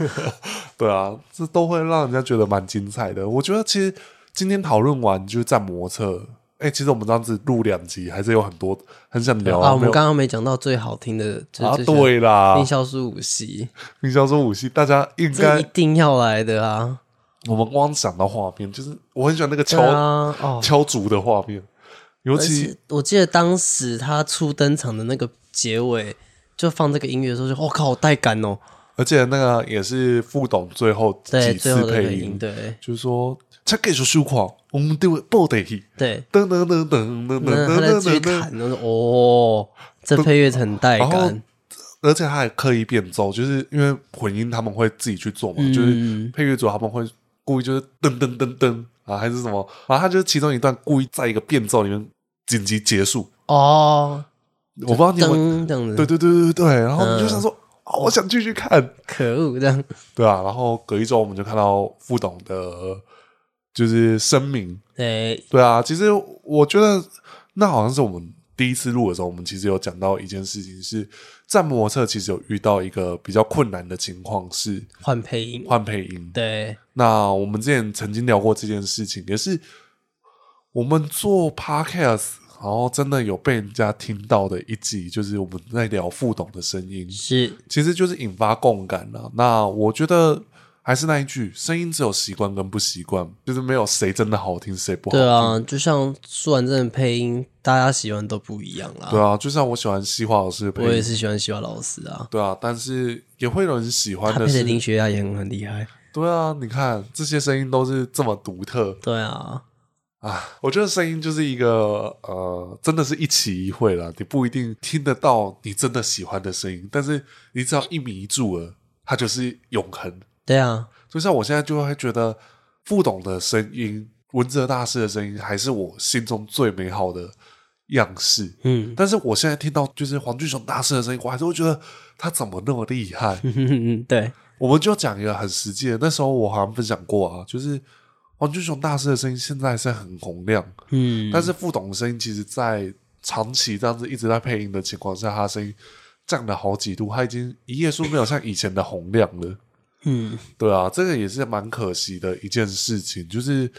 S1: 对啊，这都会让人家觉得蛮精彩的。我觉得其实今天讨论完就是在摩测，哎、其实我们这样子录两集还是有很多很想聊
S2: 啊，我
S1: 没
S2: 们
S1: 有
S2: 刚刚没讲到最好听的，就是
S1: 啊，
S2: 最喜欢
S1: 对啦
S2: 印，销书五系，
S1: 冰箱说武器，大家应
S2: 这一
S1: 该
S2: 定要来的啊！
S1: 我们光想到画面，就是我很喜欢那个
S2: 对
S1: 敲、
S2: 啊，哦，
S1: 敲竹的画面，尤
S2: 而
S1: 其
S2: 且我记得当时他初登场的那个结尾，就放这个音乐的时候就，我、靠，好带感哦！
S1: 而且那个也是副董最后
S2: 对，
S1: 几
S2: 最
S1: 次
S2: 后的
S1: 配
S2: 配音，对
S1: 就是说他给出收款，我们对不得去。
S2: 对，
S1: 噔噔噔噔噔噔
S2: 那嗯他在
S1: 噔
S2: 继续
S1: 噔
S2: 弹
S1: 噔，，
S2: 我说哦，这配乐很带
S1: 然后
S2: 感，
S1: 而且他还刻意变奏，就是因为混音他们会自己去做嘛，
S2: 嗯
S1: 就是配乐组他们会故意就是噔噔噔噔啊，还是什么，然后他就是其中一段故意在一个变奏里面紧急结束，
S2: 哦，
S1: 我不知道你有没有，
S2: 噔这嗯样
S1: 对对
S2: 子，
S1: 对对对，然后你就想说，啊我想继续看，
S2: 可恶，这样，
S1: 对啊，然后隔一周我们就看到副董的，就是声明，
S2: 对，
S1: 对啊，其实我觉得那好像是我们第一次录的时候，我们其实有讲到一件事情是，在模特其实有遇到一个比较困难的情况是
S2: 换配音，
S1: 换配音。
S2: 对，
S1: 那我们之前曾经聊过这件事情，也是我们做 podcast，然后真的有被人家听到的一集，就是我们在聊副董的声音，
S2: 是
S1: 其实就是引发共感了、那我觉得。还是那一句，声音只有习惯跟不习惯，就是没有谁真的好听，谁不好听。
S2: 对啊，就像舒婉正的配音，大家喜欢都不一样啦。
S1: 对啊，就像我喜欢西华老师的
S2: 我
S1: 配
S2: 也
S1: 音，
S2: 是喜欢西华老师啊，
S1: 对啊，但是也会有人喜欢
S2: 他
S1: 的
S2: 配的
S1: 是，
S2: 林学雅也很很厉害。
S1: 对啊，你看这些声音都是这么独特，
S2: 对啊，
S1: 啊，我觉得声音就是一个呃，真的是一期一会啦，你不一定听得到你真的喜欢的声音，但是你只要一迷住了，它就是永恒。
S2: 对啊，
S1: 就像我现在就会觉得傅董的声音、文哲大师的声音，还是我心中最美好的样式。
S2: 嗯，
S1: 但是我现在听到就是黄俊雄大师的声音，我还是会觉得他怎么那么厉害？
S2: 嗯 (laughs) 对，
S1: 我们就讲一个很实际的，那时候我好像分享过啊，就是黄俊雄大师的声音现在是很洪亮，
S2: 嗯，
S1: 但是傅董的声音其实，在长期这样子一直在配音的情况下，他声音降了好几度，他已经一页书没有像以前的洪亮了。
S2: 嗯，
S1: 对啊，这个也是蛮可惜的一件事情，就是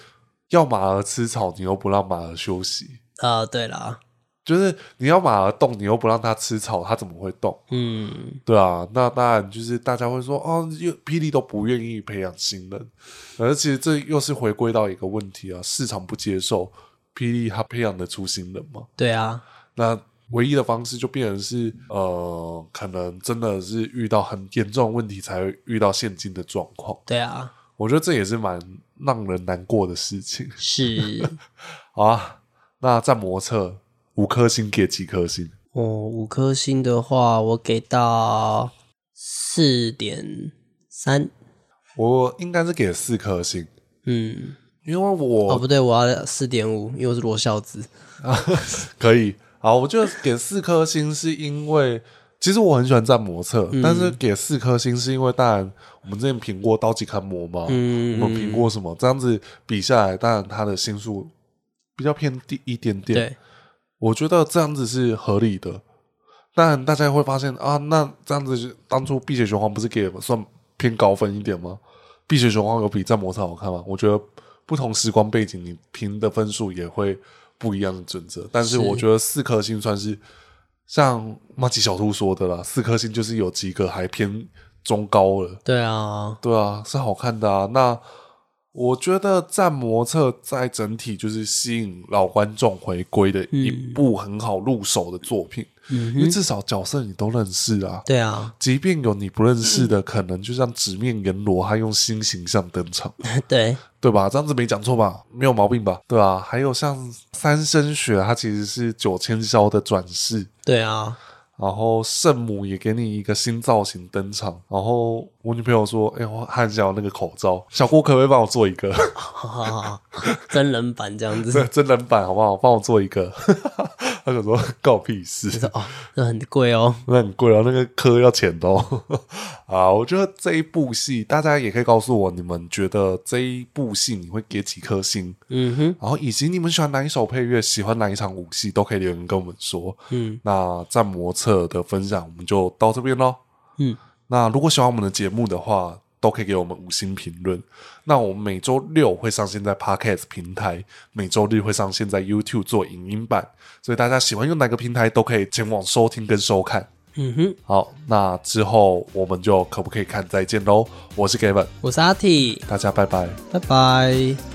S1: 要马儿吃草，你又不让马儿休息；
S2: 啊，对啦，
S1: 就是你要马儿动，你又不让它吃草，它怎么会动？
S2: 嗯，
S1: 对啊，那当然就是大家会说，哦，又霹雳都不愿意培养新人，而其实这又是回归到一个问题啊，市场不接受霹雳它培养得出新人吗？
S2: 对啊，
S1: 那唯一的方式就变成是，呃，可能真的是遇到很严重的问题才会遇到现今的状况。
S2: 对啊，
S1: 我觉得这也是蛮让人难过的事情。
S2: 是
S1: (laughs) 好啊，那在模测五颗星给几颗星？
S2: 哦，五颗星的话，我给到四点三，
S1: 我应该是给四颗星，
S2: 嗯，
S1: 因为我、
S2: 哦，不对，我要四点五，因为我是罗孝子，
S1: (laughs) 可以。好，我就给四颗星，是因为其实我很喜欢战模测，
S2: 嗯
S1: 但是给四颗星是因为，当然我们之前评过刀戟看魔嘛，
S2: 嗯
S1: 我们评过什么，这样子比下来，当然他的星数比较偏低一点点，
S2: 对，
S1: 我觉得这样子是合理的。但大家会发现啊，那这样子当初《碧血雄黄》不是给算偏高分一点吗？《碧血雄黄》有比《战魔超》好看吗？我觉得不同时光背景，你评的分数也会不一样的准则。但是
S2: 是
S1: 我觉得四颗星算是像马吉小兔说的啦，四颗星就是有几个还偏中高了。
S2: 对啊，
S1: 对啊，是好看的啊。那我觉得《战魔策》在整体就是吸引老观众回归的一部很好入手的作品，因为至少角色你都认识啊。
S2: 对啊， (laughs)
S1: 即便有你不认识的，可能就像直面阎罗，他用新形象登场，
S2: 对，
S1: 对吧？这样子没讲错吧？没有毛病吧？对啊，还有像三生雪，它其实是九千霄的转世，
S2: 对啊，
S1: 然后圣母也给你一个新造型登场。然后我女朋友说：“哎、我很想要那个口罩，小郭可不可以帮我做一个？
S2: 好好好，真人版这样
S1: (laughs)
S2: 子
S1: 真，真人版好不好？帮我做一个。”他想说：“告屁事，
S2: 哦，那很贵哦，
S1: 那很贵啊，那个科要钱的哦。” (laughs) 啊，我觉得这一部戏，大家也可以告诉我，你们觉得这一部戏你会给几颗星？
S2: 嗯哼，
S1: 然后以及你们喜欢哪一首配乐，喜欢哪一场武戏，都可以留言跟我们说。
S2: 嗯
S1: 那战魔策的分享我们就到这边喽。
S2: 嗯，
S1: 那如果喜欢我们的节目的话，都可以给我们五星评论。那我们每周六会上线在 Podcast 平台，每周日会上线在 YouTube 做影音版，所以大家喜欢用哪个平台都可以前往收听跟收看。
S2: 嗯哼，
S1: 好，那之后我们就可不可以看再见喽？我是 Gavin，
S2: 我是阿 T，
S1: 大家拜拜。
S2: 拜拜。